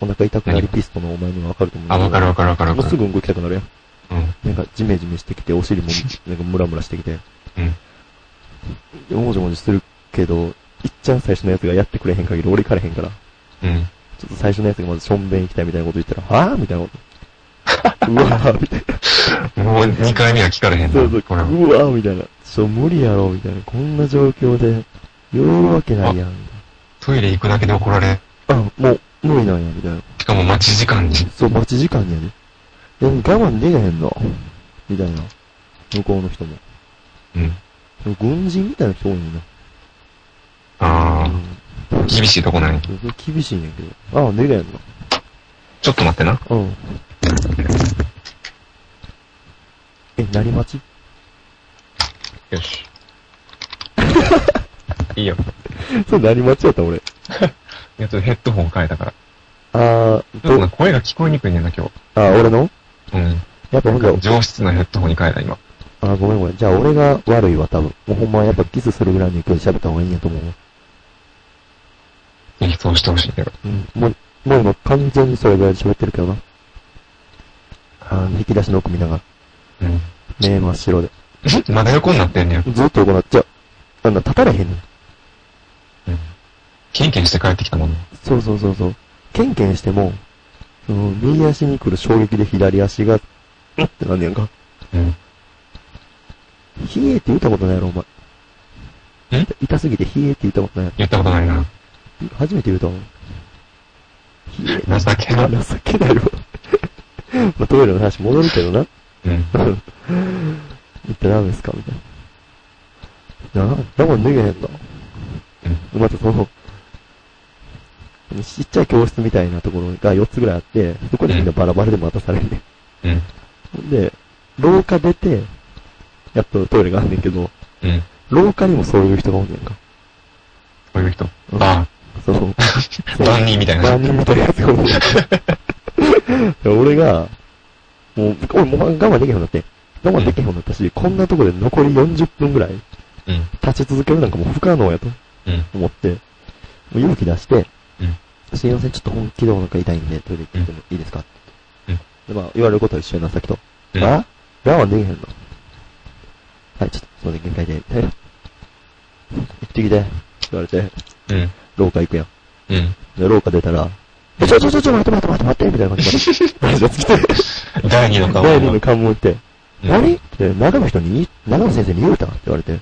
Speaker 2: お腹痛くなり
Speaker 1: 何
Speaker 2: ピストのお前にはわかると思うんだ
Speaker 1: あ、
Speaker 2: けど
Speaker 1: わかるわかるわかるわ
Speaker 2: もう
Speaker 1: か
Speaker 2: す
Speaker 1: る。
Speaker 2: ぐ動きたくなるやん。
Speaker 1: うん。
Speaker 2: なんか、ジメジメしてきて、お尻も、なんか、ムラムラしてきて。
Speaker 1: うん。
Speaker 2: でもじもじするけど、いっちゃん最初のやつがやってくれへん限り、俺行かれへんから。
Speaker 1: うん。
Speaker 2: ちょっと最初のやつがまず、しょんべん行きたいみたいなこと言ったら、はぁみたいなこと。 うわぁみたいな。
Speaker 1: もう2回目は聞かれへんな。
Speaker 2: そうそう、
Speaker 1: これは。
Speaker 2: うわぁみたいな。ちょ、無理やろ、みたいな。こんな状況で、寄るわけないやん。み
Speaker 1: トイレ行くだけで怒られ。
Speaker 2: たいなあ、もう、無理なんや、みたいな。
Speaker 1: しかも待ち時間に。
Speaker 2: そう、待ち時間にやね。でも我慢できへんの。みたいな。向こうの人も。
Speaker 1: うん。
Speaker 2: でも軍人みたいな人多いねんな。
Speaker 1: あ
Speaker 2: うん
Speaker 1: あ、厳しいとこない。
Speaker 2: 厳しいんやけど。ああ、出れんの。
Speaker 1: ちょっと待ってな。
Speaker 2: うん。え、何待ち
Speaker 1: よし。 いいよ。
Speaker 2: それ何待ちやった俺。
Speaker 1: いや、ちょっとヘッドホン変えたから。
Speaker 2: ああ、
Speaker 1: ちょっと
Speaker 2: ど、
Speaker 1: な
Speaker 2: あ
Speaker 1: 声が聞こえにくいねんな、今
Speaker 2: あ、俺の
Speaker 1: 日。うん。
Speaker 2: やっぱほん
Speaker 1: なんか、
Speaker 2: と
Speaker 1: 上質なヘッドホンに変えた、今。
Speaker 2: あごめんごめん。じゃあ俺が悪いわ、多分。もうほんまやっぱキスするぐらいの勢いで喋った方がいいんやと思うわ。
Speaker 1: ぜひそうしてほしいけど。
Speaker 2: うん。もう、もう今完全にそれぐらいで喋ってるけどな。あー引き出しの奥見ながら。
Speaker 1: うん。
Speaker 2: 目真っ白で。
Speaker 1: まだ横になってんねや。
Speaker 2: ずっと行っちゃう。あんな立たれへんの。
Speaker 1: うん。キンキンして帰ってきたもんね。
Speaker 2: そうそうそうそう。ケンケンしても、その、右足に来る衝撃で左足が、うんってなんねやんか。
Speaker 1: うん。
Speaker 2: ひえって言ったことないやろ、お前。
Speaker 1: え
Speaker 2: 痛すぎてひえって言ったことないや
Speaker 1: 言ったことないな。
Speaker 2: ろ。初めて言うと思う。ひえ。
Speaker 1: 情け ない。
Speaker 2: 情けないわ。まあ、トイレの話戻るけどな。
Speaker 1: うん。
Speaker 2: うん言ってダメですかみたいな。なあ、だもん脱げへんの。またその、ちっちゃい教室みたいなところが4つぐらいあって、そこでみんなバラバラで待たされるねん。
Speaker 1: うん。
Speaker 2: ほんで、廊下出て、やっとトイレがあんねんけど、
Speaker 1: うん。こ
Speaker 2: 廊下にもそういう人がおんねんか。
Speaker 1: ういう人。
Speaker 2: うん
Speaker 1: あ
Speaker 2: その、
Speaker 1: あ、 万人みたいな
Speaker 2: 万。人みたいなやつ がおんねんで俺が、もう、俺もう我慢できへんようになって、我慢できへんようになったし、こんなとこで残り40分ぐらい
Speaker 1: うん。
Speaker 2: 立ち続けるなんかもう不可能やと
Speaker 1: うん。
Speaker 2: 思って、もう勇気出して、
Speaker 1: うん
Speaker 2: すいません、ちょっと本気でお腹痛いんで、トイレ行ってもいいですか
Speaker 1: うん
Speaker 2: で、まあ、言われることは一緒やな、さっきと。
Speaker 1: うん
Speaker 2: あ我慢できへんのはい、ちょっと、すいません、限界で、みたいな。行ってきて、って言われて、
Speaker 1: うん。
Speaker 2: 廊下行くやん。
Speaker 1: うん。
Speaker 2: で、廊下出たら、え、ちょちょちょちょ、待って待って待って待って、みたいな感 じで。話がつきて、
Speaker 1: 第二の顔。
Speaker 2: 第二の関門って、
Speaker 1: うん
Speaker 2: 何って、中の人に言い、中の先生に言うたって言われて、い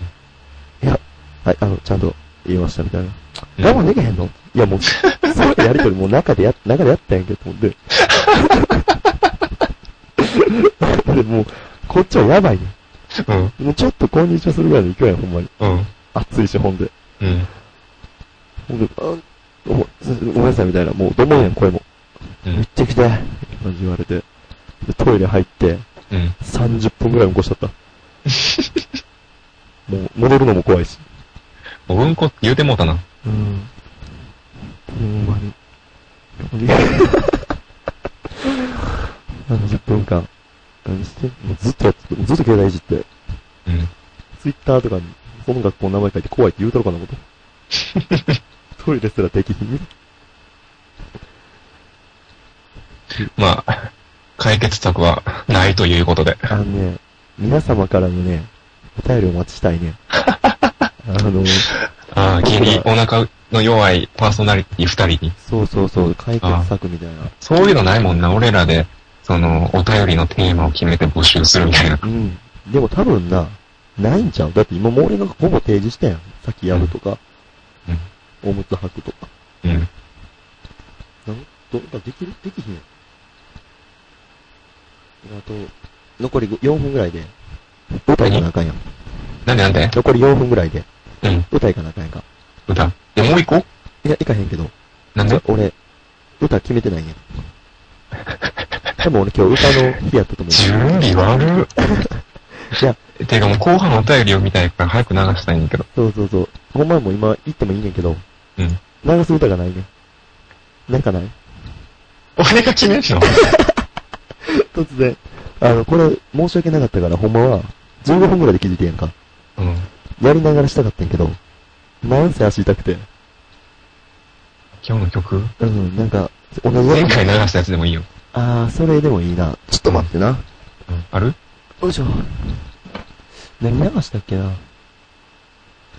Speaker 2: や、はい、あの、ちゃんと言いましたみたいな。
Speaker 1: うん
Speaker 2: 我慢できへんのいや、もう、そうやりとりもう中でや、中でやったんやけど、と思って。でもう、こっちはやばいね。
Speaker 1: うん。
Speaker 2: もうちょっとこんにちはするぐらいの勢いやん、ほんまに。
Speaker 1: うん。
Speaker 2: 熱いし、ほんで。
Speaker 1: うん。
Speaker 2: ほんで、あ、おごめんなさいみたいな、もう、どもんやん、声も。
Speaker 1: う
Speaker 2: めっ
Speaker 1: ん。
Speaker 2: ちゃ来て、感じ言われて。でトイレ入って、
Speaker 1: うん。
Speaker 2: 30分ぐらいうんこしちゃ った。もう、戻るのも怖いし。
Speaker 1: うんこって言うてもうたな。
Speaker 2: うん。ほんまに。あの10分間、何してんもうずっとやって、ずっと携帯いじって、
Speaker 1: うん。
Speaker 2: ツイッターとかに、この学校の名前書いて怖いって言うとろかな こと。トイレすらできひん。
Speaker 1: まあ、解決策はないということで。
Speaker 2: あのね、皆様からのね、お便りお待ちしたい ね。あの、
Speaker 1: ああ、君、お腹の弱いパーソナリティ二人に。
Speaker 2: そうそうそう、解決策みたいな。
Speaker 1: そういうのないもんな、俺らで、その、お便りのテーマを決めて募集するみたいな。
Speaker 2: うん。でも多分な、ないんちゃうだって今もう俺がほぼ提示したやん。さっきやるとか、おむつ履くとか。
Speaker 1: うん。うん。
Speaker 2: なんどうかできるできひんやん。あと、残り4分ぐらいで、歌いかなあかんやん。
Speaker 1: なんでなんで
Speaker 2: 残り4分ぐらいで、
Speaker 1: うん。
Speaker 2: 歌いかなあかんやんか。
Speaker 1: 歌。え、もう一個
Speaker 2: いや、いかへんけど、
Speaker 1: なんで
Speaker 2: 俺、歌決めてないんやん。多分俺今日歌の日やったと思
Speaker 1: 準備悪っ。
Speaker 2: う。いや、
Speaker 1: てかもう後半のお便りを見たいから早く流したいんだけど。
Speaker 2: そうそうそう。ほんまはもう今言ってもいいねんけど、
Speaker 1: うん。
Speaker 2: 流す歌がないねん。なんかない
Speaker 1: 俺が決めんの
Speaker 2: 突然。あの、これ、申し訳なかったから、ほんまは、15分ぐらいで気づいてんやんか。
Speaker 1: うん。
Speaker 2: やりながらしたかったんやけど、なんせ足痛くて。
Speaker 1: 今日の曲
Speaker 2: うん、なんか、同じ
Speaker 1: 前回流したやつでもいいよ。
Speaker 2: あー、それでもいいな。ちょっと待ってな。
Speaker 1: うん。ある
Speaker 2: よいしょ。何流したっけな。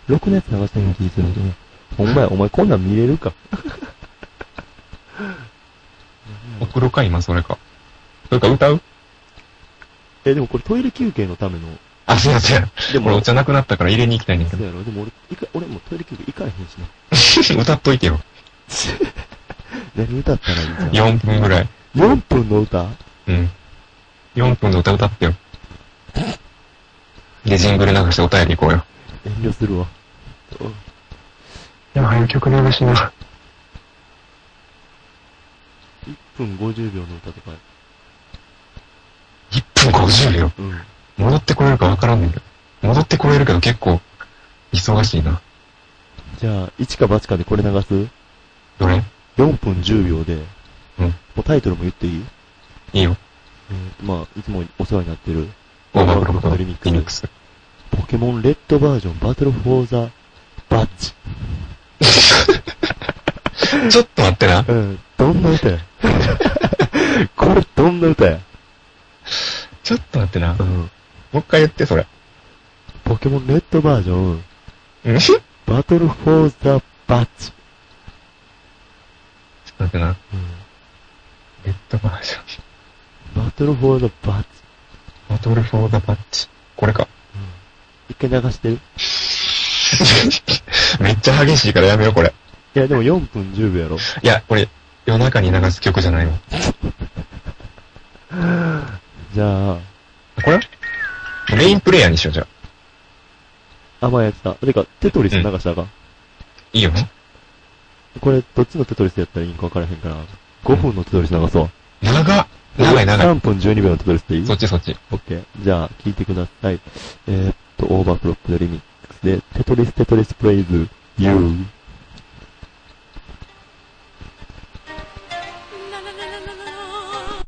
Speaker 2: ろくなやつ流したような気するけど。ほ んまや、お前こんなん見れるか。
Speaker 1: 送ろうか、今、それか。それか歌う
Speaker 2: え、でもこれトイレ休憩のための。
Speaker 1: あ、すいません。
Speaker 2: で
Speaker 1: 俺お茶なくなったから入れに行きたいねんだけ
Speaker 2: そうやろ。でも俺、いか俺もトイレ休憩行かれへんしな。
Speaker 1: ど。歌っといてよ。
Speaker 2: 何歌ったらいいんじゃん。
Speaker 1: 4分ぐらい。
Speaker 2: 4分の歌
Speaker 1: うん。4分で歌歌ってよ。で、ジングル流してお便り行こうよ。
Speaker 2: 遠慮するわ。
Speaker 1: でも、早曲流しな。
Speaker 2: 1分50秒の歌とか。
Speaker 1: 1分50秒。
Speaker 2: うん。
Speaker 1: 戻ってこれるかわからんねんけど。戻ってこれるけど結構、忙しいな。
Speaker 2: じゃあ、一か八かでこれ流す
Speaker 1: どれ
Speaker 2: ?4 分10秒で。
Speaker 1: うん
Speaker 2: もうタイトルも言っていい
Speaker 1: いいよ。
Speaker 2: えー、まあ、いつもお世話になってる。
Speaker 1: オーバークロックの
Speaker 2: リ
Speaker 1: リ
Speaker 2: ミ
Speaker 1: ミ
Speaker 2: ックス
Speaker 1: ックス。
Speaker 2: ポケモンレッドバージョンバトルフォーザバッジ。
Speaker 1: ちょっと待ってな。
Speaker 2: うん。どんな歌や これどんな歌や
Speaker 1: ちょっと待ってな。も
Speaker 2: ん。
Speaker 1: う一回言って、それ。
Speaker 2: ポケモンレッドバージョン
Speaker 1: うんちょっと
Speaker 2: バトルフォーザバッジ。
Speaker 1: 待ってな。
Speaker 2: うん。
Speaker 1: レッドバージョン。
Speaker 2: バトルフォーザバッジ。
Speaker 1: バトルフォーザパッチ。これか。
Speaker 2: 一回流してる
Speaker 1: めっちゃ激しいからやめよう、これ。
Speaker 2: いや、でも4分10秒やろ。
Speaker 1: いや、これ、夜中に流す曲じゃないわ。
Speaker 2: じゃあ、
Speaker 1: これメインプレイヤーにしよう、じゃあ。
Speaker 2: 甘いやつだ。てか、テトリス流したらあかん。
Speaker 1: いいよ。
Speaker 2: これ、どっちのテトリスやったらいいんか分からへんから、5分のテトリス流そう。
Speaker 1: 長っ長い長い。
Speaker 2: 3分12秒のテトリスでいい
Speaker 1: そっちそっち。
Speaker 2: オッケー。じゃあ、聞いてください。えー、っと、オーバークロックでリミックスで、テトリステトリスプレイズ、ユー。
Speaker 3: No, no, no, no, no, no.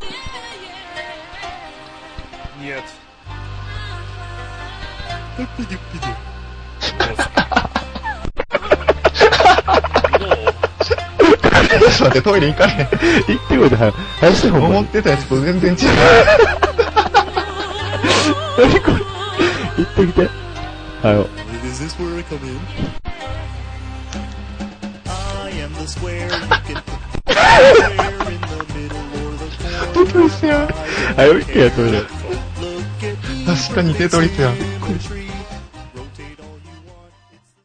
Speaker 3: Yeah,
Speaker 4: Нет.
Speaker 1: ちょっ と
Speaker 4: No.
Speaker 1: 待って、トイレ行かへん。
Speaker 2: 言ってよ、じゃあ、話してほんま
Speaker 1: 思
Speaker 2: に
Speaker 1: ってたやつと全然違う。
Speaker 2: 何これ言ってきて。はよ。
Speaker 4: Is this where I come in? I am the square. You can put the square in the middle or the corner.
Speaker 2: テトリスや。はよ、行けや、トイレ。
Speaker 4: Look at me.
Speaker 1: 確かにテトリスや。
Speaker 4: Symmetry. Rotate all you want. It's the-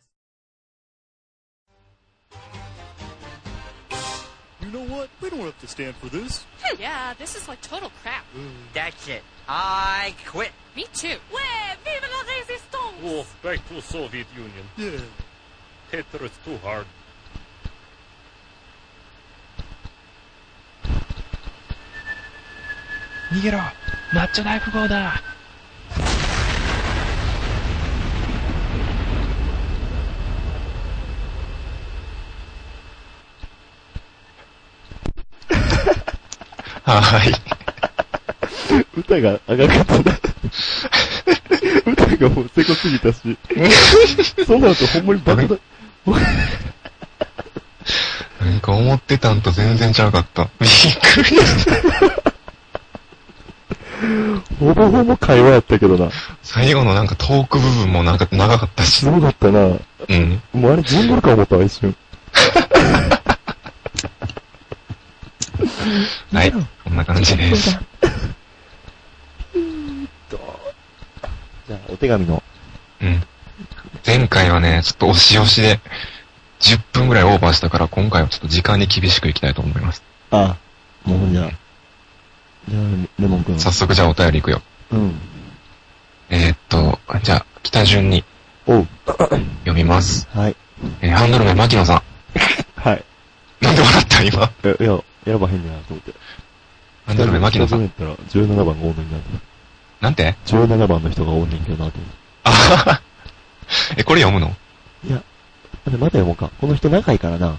Speaker 4: You know what? We don't have to stand for this.
Speaker 3: yeah, this is like total crap.
Speaker 5: That's it. I quit.
Speaker 3: Me too. Ouais, vive la résistance!
Speaker 6: Wolf, back to Soviet Union.
Speaker 4: Yeah.
Speaker 6: Hitler is too hard.
Speaker 7: 逃げろマッチョ大富豪だ
Speaker 1: はい。
Speaker 2: 歌が上がかったな。歌がもうせこすぎたし。そうなるとほんまにバカだ。
Speaker 1: 何か思ってたんと全然ちゃうかった。びっくりした。
Speaker 2: ほぼほぼ会話やったけどな。
Speaker 1: 最後のなんかトーク部分もなんか長かったし。
Speaker 2: すごかったな。
Speaker 1: うん。
Speaker 2: もうあれジングルか思ったわ、一瞬。
Speaker 1: はい。こんな感じです。
Speaker 2: じゃあ、お手紙の。
Speaker 1: うん。前回はね、ちょっと押し押しで、10分ぐらいオーバーしたから、今回はちょっと時間に厳しくいきたいと思います。
Speaker 2: ああ、もうじゃあ。じゃあ、レモン君。
Speaker 1: 早速じゃあお便りいくよ。
Speaker 2: うん。
Speaker 1: えー、っと、じゃあ、北順に
Speaker 2: おう。
Speaker 1: 読みます。
Speaker 2: はい。
Speaker 1: えーハンドル名、牧野さ
Speaker 2: はい。
Speaker 1: ん。なんで笑った今。
Speaker 2: えいや、選ばへんねやなと思って。
Speaker 1: ハンドル名、牧野さ
Speaker 2: や
Speaker 1: ん。
Speaker 2: ったら17番がおんねんなと。
Speaker 1: なんて
Speaker 2: 17番の人がおんねんけどなと思って。
Speaker 1: あははえ、これ読むの
Speaker 2: あれ、また読もうか。この人長いからな。
Speaker 1: うん。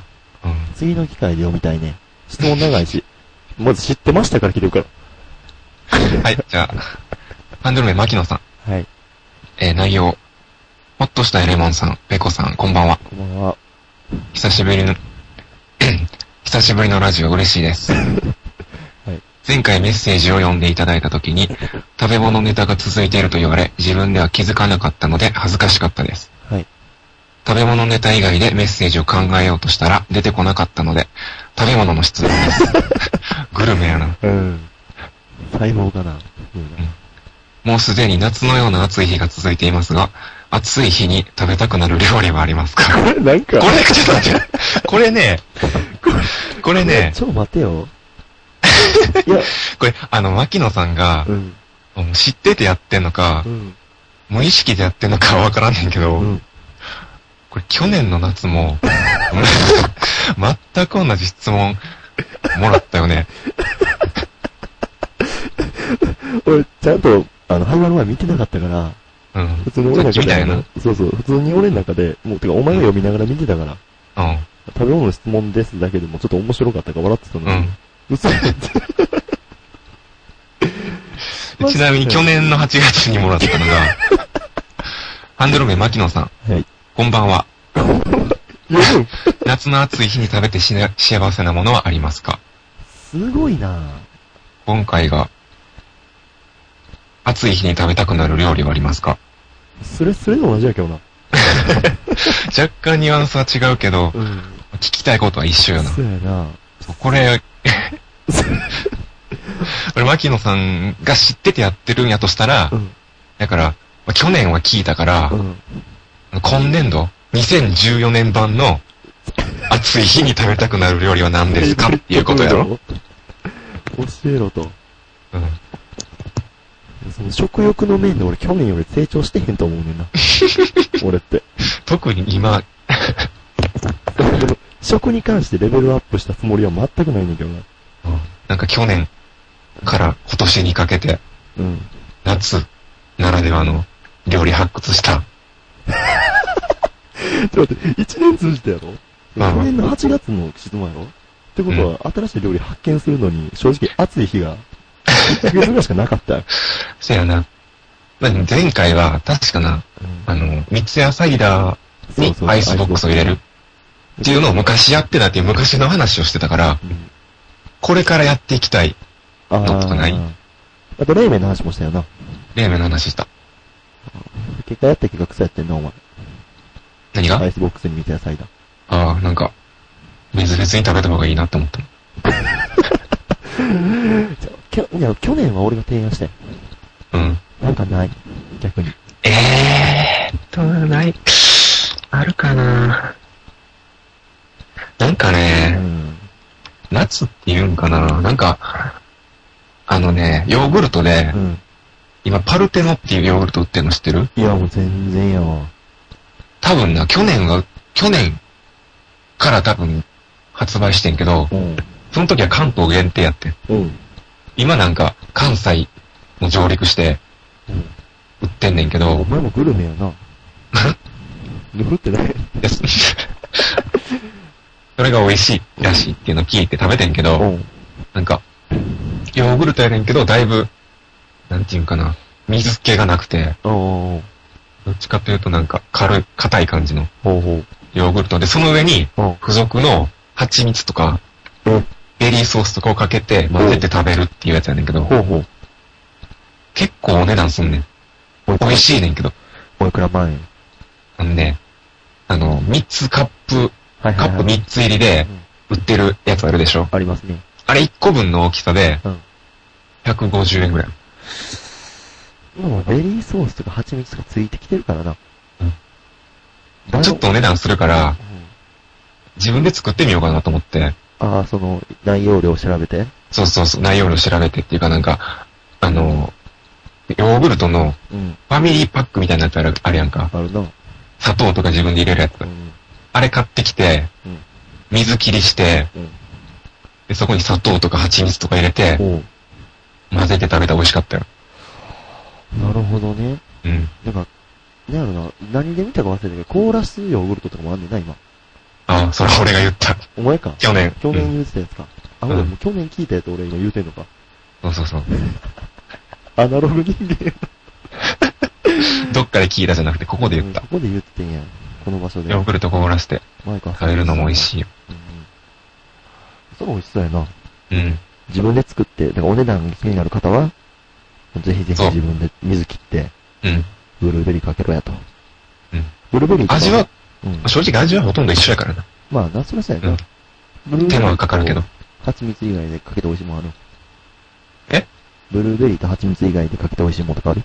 Speaker 2: 次の機会で読みたいね。質問長いし。 まず知ってましたから来てるか
Speaker 1: はい、じゃあ、ハンドル名、牧野さん。
Speaker 2: ら。はい。
Speaker 1: えー内容。ほっとしたエレモンさん、ペコさん、こんばんは。
Speaker 2: こんばんは。
Speaker 1: 久しぶりの、 久しぶりのラジオ嬉しいです。
Speaker 2: い
Speaker 1: 前回メッセージを読んでいただいたときに、食べ物ネタが続いていると言われ、自分では気づかなかったので恥ずかしかったです。
Speaker 2: はい。
Speaker 1: 食べ物ネタ以外でメッセージを考えようとしたら出てこなかったので、食べ物の質問 です。グルメやな。
Speaker 2: うん。細胞かな。 うん
Speaker 1: もうすでに夏のような暑い日が続いていますが、暑い日に食べたくなる料理はありますかこ
Speaker 2: これなんか、
Speaker 1: れ、ちょっと待って。 これね、これね、
Speaker 2: ちょ、待てよ。 いや、
Speaker 1: これ、あの、牧野さんが
Speaker 2: う、ん、
Speaker 1: もう知っててやってんのか
Speaker 2: う、ん、
Speaker 1: 無意識でやってんのかわからんねんけど、
Speaker 2: うん。
Speaker 1: これ去年の夏も、 全く同じ質問もらったよね。
Speaker 2: 俺、ちゃんと、あの、始まる前見てなかったから、
Speaker 1: うん。
Speaker 2: 普通に俺の
Speaker 1: そっち
Speaker 2: 中
Speaker 1: みた
Speaker 2: で、
Speaker 1: いな
Speaker 2: あのそうそう、普通に俺の中で、もう、てか、お前が読みながら見てたから、
Speaker 1: うん。
Speaker 2: 食べ物の質問ですだけでも、ちょっと面白かったから笑ってたの
Speaker 1: う
Speaker 2: に、
Speaker 1: ん。
Speaker 2: 嘘言って
Speaker 1: ちなみに去年の8月にもらったの が、ハンドル名牧野さん、
Speaker 2: はい。
Speaker 1: こんばんは。
Speaker 2: 読む
Speaker 1: 夏の暑い日に食べてしな幸せなものはありますか
Speaker 2: すごいな
Speaker 1: 今回が、暑い日に食べたくなる料理はありますか
Speaker 2: それ、それと同じやけどな。
Speaker 1: 若干ニュアンスは違うけど、
Speaker 2: うん。
Speaker 1: 聞きたいことは一緒よな。
Speaker 2: そうやな
Speaker 1: これ、 これ、牧野さんが知っててやってるんやとしたら
Speaker 2: う、ん、
Speaker 1: だから、まあ去年は聞いたから
Speaker 2: う、ん。
Speaker 1: 今年度、2014年版の暑い日に食べたくなる料理は何ですかっていうことやろ。
Speaker 2: 教えろと。
Speaker 1: うん。
Speaker 2: その食欲の面で俺去年より成長してへんと思う ねんな。俺って。
Speaker 1: 特に今、
Speaker 2: でも、食に関してレベルアップしたつもりは全くないねんだけどな。
Speaker 1: なんか去年から今年にかけて、
Speaker 2: うん。
Speaker 1: 夏ならではの料理発掘した。
Speaker 2: ちょっと待って、1年通じてやろ
Speaker 1: まあま
Speaker 2: 去
Speaker 1: あ
Speaker 2: 年の8月の質問やろってことは、新しい料理発見するのに、正直暑い日が、1ヶ月ぐらいしかなか った。うん。
Speaker 1: せやな。まあ前回は、確かな、あの、三ツ矢サイダー、にアイスボックスを入れる。っていうのを昔やってたっていう昔の話をしてたから、
Speaker 2: うん
Speaker 1: これからやっていきたい。
Speaker 2: あ
Speaker 1: どっかない
Speaker 2: ーあと、冷麺の話もしたよな。
Speaker 1: 冷麺の話した。
Speaker 2: 結果やった結果クソやってんな、お前。
Speaker 1: 何が、
Speaker 2: アイスボックスに見て野菜だ。
Speaker 1: ああ、なんか、別々に食べた方がいいなって思ったの。
Speaker 2: きょいや、去年は俺が提案したよ。
Speaker 1: うん。
Speaker 2: なんかない。逆に。
Speaker 1: ええー、と、ない。あるかななんか
Speaker 2: う
Speaker 1: ね、
Speaker 2: ん。
Speaker 1: 夏って言うんかななんか、あのね、ヨーグルトで
Speaker 2: う、ん。
Speaker 1: 今パルテノっていうヨーグルト売ってるの知ってる
Speaker 2: いや、もう全然よ。
Speaker 1: 多分な、去年は、去年から多分発売してんけど、
Speaker 2: うん。
Speaker 1: その時は関東限定やってん。
Speaker 2: うん。
Speaker 1: 今なんか関西の上陸して
Speaker 2: うん
Speaker 1: 売ってんねんけ
Speaker 2: お
Speaker 1: ど、
Speaker 2: 前もグルメや な。ぬるってない。
Speaker 1: いやそ それが美味しいらしいっていうのを聞いて食べてんけど、
Speaker 2: ん。
Speaker 1: なんか、ヨーグルトやねんけど、だいぶ、なんていうんかな、水気がなくて、
Speaker 2: おお
Speaker 1: どっちかというとなんか軽い、硬い感じの
Speaker 2: ほうほう。
Speaker 1: ヨーグルトで、その上に
Speaker 2: うん
Speaker 1: 付属の蜂蜜とか
Speaker 2: うん、
Speaker 1: ベリーソースとかをかけて混ぜて食べるっていうやつやねんけど、
Speaker 2: ほうほう。
Speaker 1: 結構お値段すんねん。
Speaker 2: おいく
Speaker 1: 美
Speaker 2: ら
Speaker 1: 味、しいねんけど。
Speaker 2: おいくら万円
Speaker 1: あのね、あの、3つカップ、
Speaker 2: はい
Speaker 1: カップ3つ入りで売ってるやつあるでしょ。
Speaker 2: ありますね。
Speaker 1: あれ1個分の大きさで
Speaker 2: うん、
Speaker 1: 150円ぐらい。
Speaker 2: もうベリーソースとか蜂蜜がついてきてるからな。
Speaker 1: うん
Speaker 2: だいぶ
Speaker 1: ちょっとお値段するから、自分で作ってみようかなと思って、
Speaker 2: ああ、その、内容量を調べて。
Speaker 1: そうそうそう、内容量調べてっていうかなんか、あの、ヨーグルトの
Speaker 2: うん。
Speaker 1: ファミリーパックみたいなやつあるあるやんか。
Speaker 2: あるな。
Speaker 1: 砂糖とか自分で入れるやつ。
Speaker 2: うん。
Speaker 1: あれ買ってきて
Speaker 2: うん、
Speaker 1: 水切りして
Speaker 2: うん、
Speaker 1: でそこに砂糖とか蜂蜜とか入れて、
Speaker 2: おう
Speaker 1: 混ぜて食べたら美味しかったよ。
Speaker 2: なるほどね。
Speaker 1: うん。
Speaker 2: なんか、なんやろな、何で見たか忘れたけど、コーラスヨーグルトとかもあんねんな、今。
Speaker 1: ああ、それ俺が言った。
Speaker 2: お前か。
Speaker 1: 去年。
Speaker 2: 去年
Speaker 1: うん
Speaker 2: 言うてたやつか。あ、
Speaker 1: うん
Speaker 2: 俺もう去年聞いたやつ俺今言うてんのか。
Speaker 1: そうそうそう。
Speaker 2: アナログ人間。
Speaker 1: どっかで聞いたじゃなくて、ここで言っ
Speaker 2: う
Speaker 1: た
Speaker 2: ん。ここで言ってんやん。この場所で。
Speaker 1: ヨーグルト凍らせて
Speaker 2: 前か
Speaker 1: 食べるのも美味しいよ。
Speaker 2: うんうん。それ美味しそうやな。
Speaker 1: うん。
Speaker 2: 自分で作って、だからお値段気になる方は、ぜひぜひ
Speaker 1: そう
Speaker 2: 自分で水切って、
Speaker 1: うん。
Speaker 2: ブルーベリーかけろやと。
Speaker 1: うん
Speaker 2: ブルーベリーとか
Speaker 1: 味は、
Speaker 2: うん。
Speaker 1: 正直味はほとんど一緒やからな。
Speaker 2: まあ、な、そりゃそうや
Speaker 1: う
Speaker 2: な。
Speaker 1: ん
Speaker 2: ブルーベリーと
Speaker 1: 手間はかかるけど。。
Speaker 2: 蜂蜜以外でかけて美味しいもんある。
Speaker 1: え
Speaker 2: ブルーベリーと蜂蜜以外でかけて美味しいもんとかある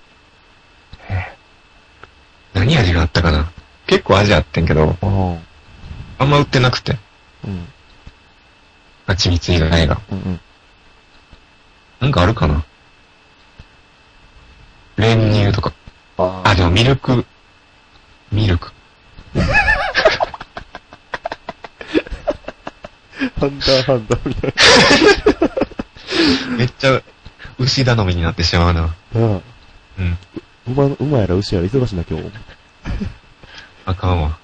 Speaker 1: 何味があったかな結構味あってんけど、
Speaker 2: ああ。
Speaker 1: あんま売ってなくて。
Speaker 2: うん。
Speaker 1: 蜂蜜以外が。
Speaker 2: うんうん。
Speaker 1: なんかあるかな練乳とか。
Speaker 2: あ
Speaker 1: あ、でもミルク、ミルク。
Speaker 2: ハンターハンターみたい
Speaker 1: めっちゃ、牛頼みになってしまうな。う
Speaker 2: な。
Speaker 1: ん。
Speaker 2: 馬の、馬やら牛やら忙しいな、今日。
Speaker 1: あかんわ。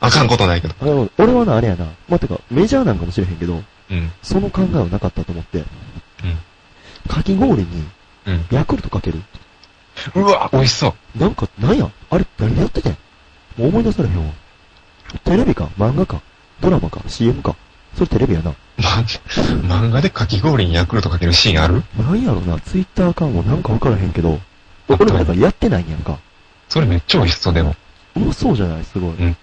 Speaker 1: あかんことないけど。
Speaker 2: あの、俺はな、あれやな。まあ、てか、メジャーなんかもしれへんけど、
Speaker 1: うん。
Speaker 2: その考えはなかったと思って。かき氷に、
Speaker 1: うん。
Speaker 2: ヤクルトかける
Speaker 1: うん。うわ、美味しそう。
Speaker 2: なんか、なんやあれ、何やっててんもう思い出されへんわ。テレビか漫画かドラマか ?CM かそれテレビやな。
Speaker 1: ま、漫画でかき氷にヤクルトかけるシーンある
Speaker 2: なんやろな、ツイッターかもなんかわからへんけど、俺もなんかやってないんやんか。
Speaker 1: それめっちゃ美味しそうでも。
Speaker 2: うまそうじゃないすごい。
Speaker 1: うん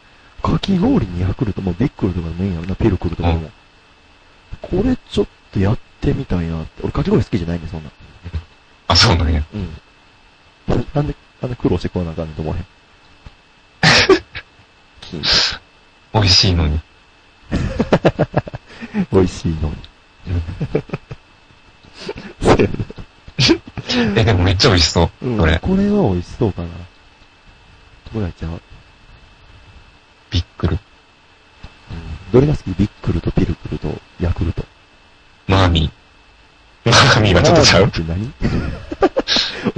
Speaker 2: かき氷にヤクルトもビックルとかでもいいんやろな、ピルクルとかでも。これちょっとやってみたいなって。俺かき氷好きじゃないんで、そんな。
Speaker 1: あ、そうなんや。
Speaker 2: うん。なんで、あんな苦労してこうなんかんねんと 思わへん。き
Speaker 1: 美味しいのに。
Speaker 2: 美味しいのに。
Speaker 1: え、でもめっちゃ美味しそうう。
Speaker 2: ん
Speaker 1: これ。
Speaker 2: これは美味しそうかな。ぐらいちゃう。
Speaker 1: びっくり。
Speaker 2: どれが好きビックルとピルクルとヤクルト。
Speaker 1: マーミー。マーミーはちょっとちゃ
Speaker 2: ラ
Speaker 1: う
Speaker 2: ーメンって何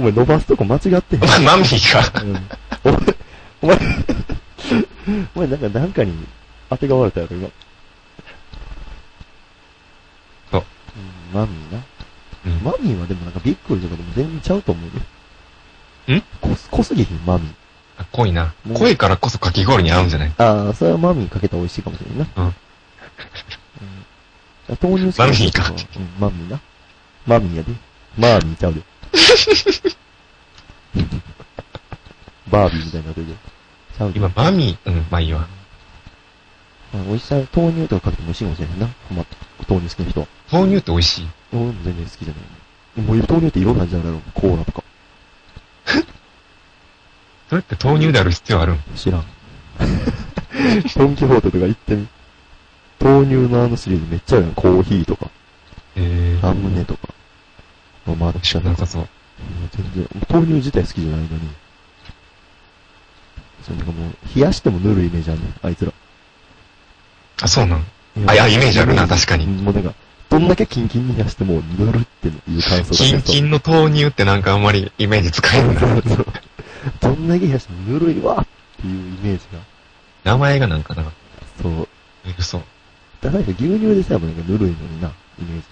Speaker 2: お前伸ばすとこ間違ってへん。
Speaker 1: まマーミーか。
Speaker 2: うんお前、お前、お前なんか、なんかに当てがわれたやろ、今。
Speaker 1: そう
Speaker 2: うん。マミーな。
Speaker 1: うん
Speaker 2: マミーはでもなんかビックリとかでも全然ちゃうと思うよ。
Speaker 1: ん
Speaker 2: こす、濃すぎひん、マミー。
Speaker 1: 濃いな。濃いからこそかき氷に合うんじゃない
Speaker 2: ああ、それはマミーかけたら美味しいかもしれんな。
Speaker 1: うん
Speaker 2: うん。あ豆乳好きな人
Speaker 1: マ
Speaker 2: と
Speaker 1: ミー
Speaker 2: うん、マミーな。マミーやで。マーミーちゃ うで。バービーみたいになってるで。ちゃうで。
Speaker 1: 今、マーミー、うん、まあいいわ。
Speaker 2: あ美味しさ、豆乳とかかけても美味しいかもしれないな。ほんま、豆乳好きな人は。
Speaker 1: 豆乳って美味しい。
Speaker 2: 俺も全然好きじゃない。もう豆乳っていろんな味あるやろ。コーラとか。
Speaker 1: それって豆乳である必要あるん
Speaker 2: 知らん。 ドンキホーテとか行ってみ。豆乳のあのシリーズめっちゃあるやん。コーヒーとか、
Speaker 1: え
Speaker 2: ラムネとか。まあ、抹
Speaker 1: し
Speaker 2: 茶
Speaker 1: な
Speaker 2: と
Speaker 1: さ
Speaker 2: か。
Speaker 1: そう。
Speaker 2: もう全然、豆乳自体好きじゃないのに。そう、なんかもう、冷やしても塗るイメージあるねん。あいつら。
Speaker 1: あ、そうなんあ、いや、イメージあるな、確か
Speaker 2: う
Speaker 1: に。
Speaker 2: んもうなんか、どんだけキンキンに冷やしても塗るっていう感想
Speaker 1: キンキンの豆乳ってなんかあんまりイメージ使えるな。
Speaker 2: そう どんだけ冷やしてもぬるいわっていうイメージが。
Speaker 1: 名前がなんかな、
Speaker 2: そう。
Speaker 1: 嘘。
Speaker 2: だから牛乳でさえもなんかぬるいのにな、イメージ。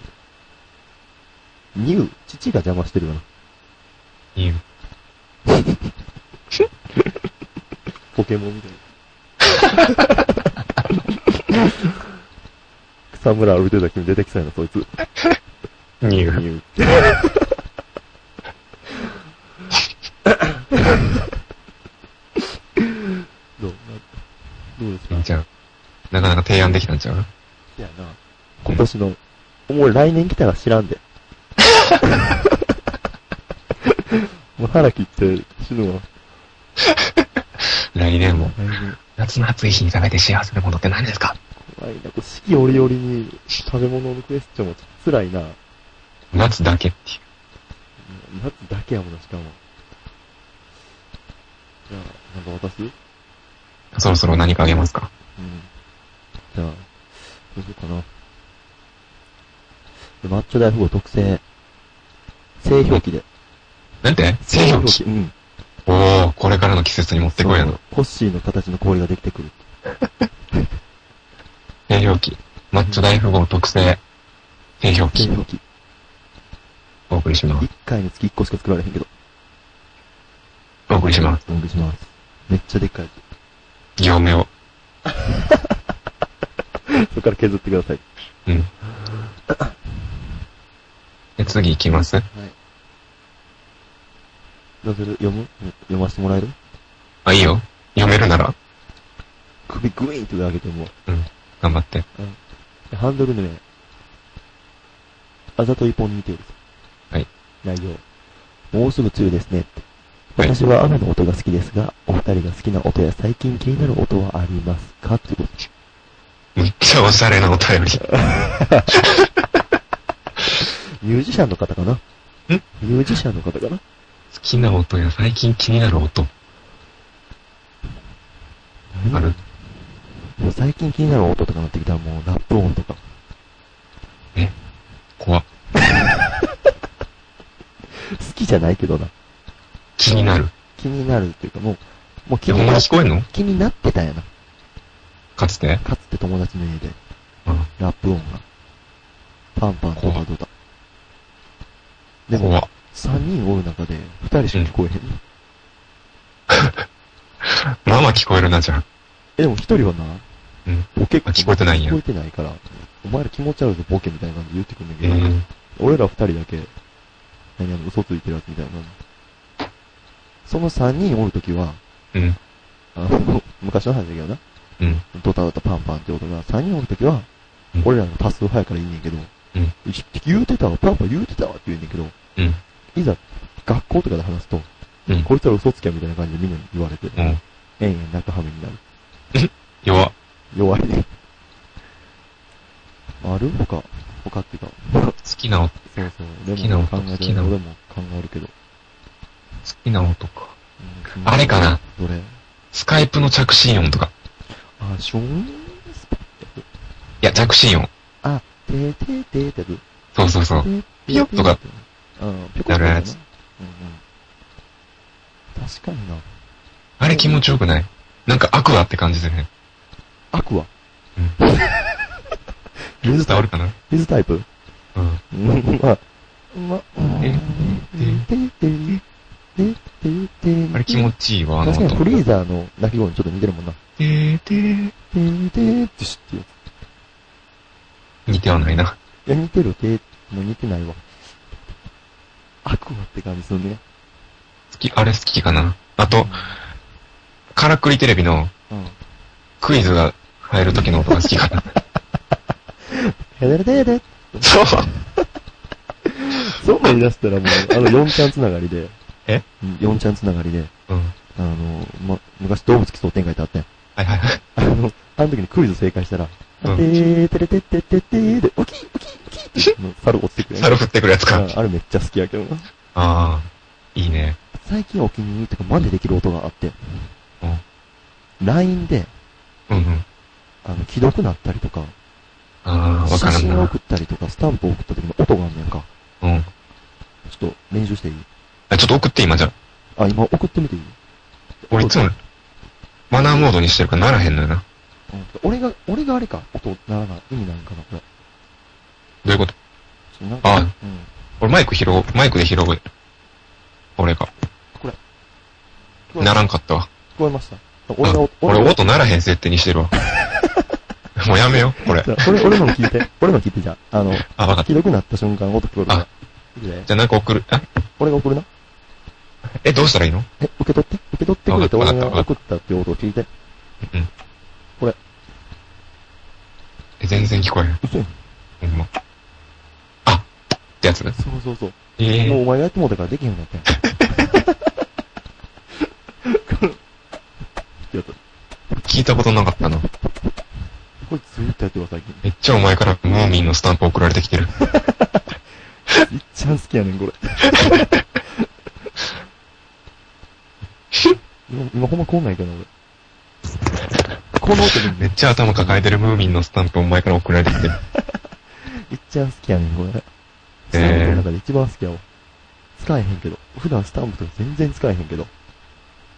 Speaker 2: ニュー、父が邪魔してるかな。
Speaker 1: ニュー。
Speaker 2: ポケモンみたいな。 草むら歩いてた君出てきたよな、そいつ。ニ
Speaker 1: ニュー。
Speaker 2: ュー。どうどうですか
Speaker 1: じゃあ、なかなか提案できたんちゃう
Speaker 2: いやな。今年の、もう来年来たら知らん で。もう腹切って死ぬわ。
Speaker 1: 来年も。
Speaker 2: 来年。
Speaker 1: 夏の暑い日に食べて幸せなものって何ですか
Speaker 2: 怖いな。こう四季折々に食べ物のクエスチョンもちょっと辛いな。
Speaker 1: 夏だけってい
Speaker 2: 夏だけやもんな、しかも。じゃあ、なんか私うん。
Speaker 1: う。そろそろ何かあげますか
Speaker 2: じゃあ、どうしようかな。でマッチョ大富豪特製。製氷機で。
Speaker 1: なんて製氷機。
Speaker 2: うん。
Speaker 1: おー、これからの季節に持ってこいや
Speaker 2: そ
Speaker 1: の
Speaker 2: う。コッシーの形の氷ができてくる。
Speaker 1: 製氷機。マッチョ大富豪特製。製氷
Speaker 2: 製
Speaker 1: 機。
Speaker 2: 氷機。
Speaker 1: お送りします
Speaker 2: 一。回につき一個しか作られへんけど。
Speaker 1: お送りします。
Speaker 2: お送りします。めっちゃでっかいや
Speaker 1: 業務用。
Speaker 2: つ。そこから削ってください。
Speaker 1: うん。で、次行きます
Speaker 2: どうする読む読ませてもらえる
Speaker 1: あ、いいよ。読めるなら、
Speaker 2: 首グイーンって上げても。
Speaker 1: 頑張って。
Speaker 2: ハンドルのね、あざといポンにてる。
Speaker 1: はい。
Speaker 2: 内容。もうすぐ梅雨ですねって。
Speaker 1: はい
Speaker 2: 私は雨の音が好きですが、お二人が好きな音や最近気になる音はありますかってこと。
Speaker 1: めっちゃおしゃれなお便り。
Speaker 2: ミュージシャンの方かなミュージシャンの方かな
Speaker 1: 好きな音や最近気になる音。ある
Speaker 2: もう最近気になる音とかなってきたらもうラップ音とか。
Speaker 1: 怖っ
Speaker 2: 好きじゃないけどな。
Speaker 1: 気になる。
Speaker 2: 気になるっていうかもう、もう気
Speaker 1: え、ほ
Speaker 2: に
Speaker 1: んま
Speaker 2: な
Speaker 1: に聞こえんの
Speaker 2: 気になってたんやな。
Speaker 1: かつて
Speaker 2: かつて友達の家で
Speaker 1: うん、
Speaker 2: ラップ音が。パンパンドタドタ。でも、
Speaker 1: 怖っ
Speaker 2: 3人おる中で、2人しか聞こえへん。
Speaker 1: まあまあ聞こえるな、じゃあ。
Speaker 2: え、でも1人はな、
Speaker 1: うん
Speaker 2: ボケ
Speaker 1: あ聞こえてないんや
Speaker 2: 聞こえてないから、お前ら気持ち悪いぞ、ボケみたいな感じで言ってくんねん
Speaker 1: え
Speaker 2: けど、
Speaker 1: ー、
Speaker 2: 俺ら2人だけ、何あの、嘘ついてるやつみたいな感じ。その3人おるときは、
Speaker 1: うん、
Speaker 2: あの、 昔の話だけどな、
Speaker 1: うん。
Speaker 2: ドタドタパンパンって音が、3人おるときは
Speaker 1: うん、
Speaker 2: 俺らの多数派やからいいねんけど、
Speaker 1: うん
Speaker 2: 言うてたわ、パンパン言うてたわって言うねんけど、
Speaker 1: うん
Speaker 2: いざ、学校とかで話すと、
Speaker 1: うん
Speaker 2: こいつら嘘つきやみたいな感じでみんなに言われて、
Speaker 1: うん。
Speaker 2: えんえん中はめになる。
Speaker 1: 弱っ
Speaker 2: 弱いね。ある他、他っていうか、
Speaker 1: 好きな音、好
Speaker 2: そうそう。
Speaker 1: 好
Speaker 2: で
Speaker 1: きな
Speaker 2: も
Speaker 1: 音
Speaker 2: 考え
Speaker 1: 好
Speaker 2: て
Speaker 1: きな音
Speaker 2: 俺も考えるけど。
Speaker 1: きな音か。
Speaker 2: うん
Speaker 1: あれかな
Speaker 2: どれ
Speaker 1: スカイプの着信音とか。
Speaker 2: あ、ショーン
Speaker 1: いや、着信音。
Speaker 2: てーてーてーってやつ。
Speaker 1: そうそうそう。ピヨッとか。
Speaker 2: うん、ピヨッと
Speaker 1: なるやつ
Speaker 2: うんうん。確かにな。
Speaker 1: あれ気持ちよくないなんかアクアって感じするね。
Speaker 2: アクア。
Speaker 1: 水伝わるかな
Speaker 2: 水タイプ
Speaker 1: うん。
Speaker 2: うん、まあ。まあ、
Speaker 1: え
Speaker 2: てーてーてーてーてー
Speaker 1: あれ気持ちいいわ、あの
Speaker 2: 確かに
Speaker 1: 音。
Speaker 2: フリーザーの鳴き声にちょっと似てるもんな。
Speaker 1: てーてー。
Speaker 2: てーてーって知ってる。
Speaker 1: 似てはないな。
Speaker 2: いや、似てる、て、もう似てないわ。悪魔って感じするね。
Speaker 1: 好き、あれ好きかな。あと、カラクリテレビの
Speaker 2: うん。
Speaker 1: クイズが入る時の音が好きか な。
Speaker 2: へだれでで
Speaker 1: そう。
Speaker 2: そう言い出したらもう、あの、4ちゃんつながりで。
Speaker 1: え
Speaker 2: うん ?4 ちゃんつながりで、
Speaker 1: うん。
Speaker 2: あの、ま、昔動物奇想展開ってあったやん。
Speaker 1: はいはいはい。
Speaker 2: あの、あの時にクイズ正解したら、て
Speaker 1: うん
Speaker 2: ーてれてってってってーで、おきおきおきって、あの猿落ちてくるやん。
Speaker 1: 猿振ってくるやつか。
Speaker 2: ああれめっちゃ好きやけどな。
Speaker 1: ああ、いいね。
Speaker 2: 最近お気に入りとかマネできる音があって。
Speaker 1: うん。
Speaker 2: LINE で、
Speaker 1: うんうん。
Speaker 2: あの、既読なったりとか、
Speaker 1: ああ、わか
Speaker 2: 写
Speaker 1: らん
Speaker 2: 真を
Speaker 1: な。
Speaker 2: 送ったりとか、スタンプを送った時の音があんねやんか。
Speaker 1: うん。
Speaker 2: ちょっと練習していい
Speaker 1: あ、ちょっと送って今じゃあ。
Speaker 2: あ、今送ってみていい
Speaker 1: 俺いつも、マナーモードにしてるからならへんのよな。
Speaker 2: うん俺が、俺があれか、音ならない。意味ないんかな、これ。ちょ
Speaker 1: どういうこと
Speaker 2: っとなんか
Speaker 1: あ
Speaker 2: うん。
Speaker 1: 俺マイク拾う、マイクで拾う。俺が。
Speaker 2: 聞こえ
Speaker 1: ならんかったわ。
Speaker 2: 聞こえました。俺の、
Speaker 1: 俺
Speaker 2: の、
Speaker 1: 音ならへん設定にしてる わ。もうやめよう、これ。
Speaker 2: 俺、俺のも聞いて。俺のも聞いてじゃあ。あの、
Speaker 1: あ、わかった。
Speaker 2: ひどくなった瞬間音聞こえるから
Speaker 1: あ。
Speaker 2: いくで
Speaker 1: じゃあなんか送る、あ、
Speaker 2: 俺が送るな。
Speaker 1: え、どうしたらいいの
Speaker 2: え、受け取って。受け取ってくれて
Speaker 1: わか
Speaker 2: 俺
Speaker 1: った
Speaker 2: が送ったって音を聞いて。
Speaker 1: え、全然聞こえへん。
Speaker 2: 嘘やん
Speaker 1: ほんま。あってやつ
Speaker 2: そうそうそう。
Speaker 1: え
Speaker 2: もう
Speaker 1: え
Speaker 2: お前がやってもうたからできへんようになったやん。これ、ちょっと
Speaker 1: 聞いたことなかったな。
Speaker 2: これずーっとやってるわ、最近。
Speaker 1: めっちゃお前からムーミンのスタンプ送られてきてる。
Speaker 2: いっちゃん好きや ねん、これ。今、今ほんまこんなんやけどな、俺。この音で
Speaker 1: め
Speaker 2: め
Speaker 1: っちゃ頭抱えてるムーミンのスタンプお前から送られてきてる。
Speaker 2: いっちゃん好きやねん、これ。スタンプの中で一番好きやわ。使えへんけど。普段スタンプとか全然使えへんけど。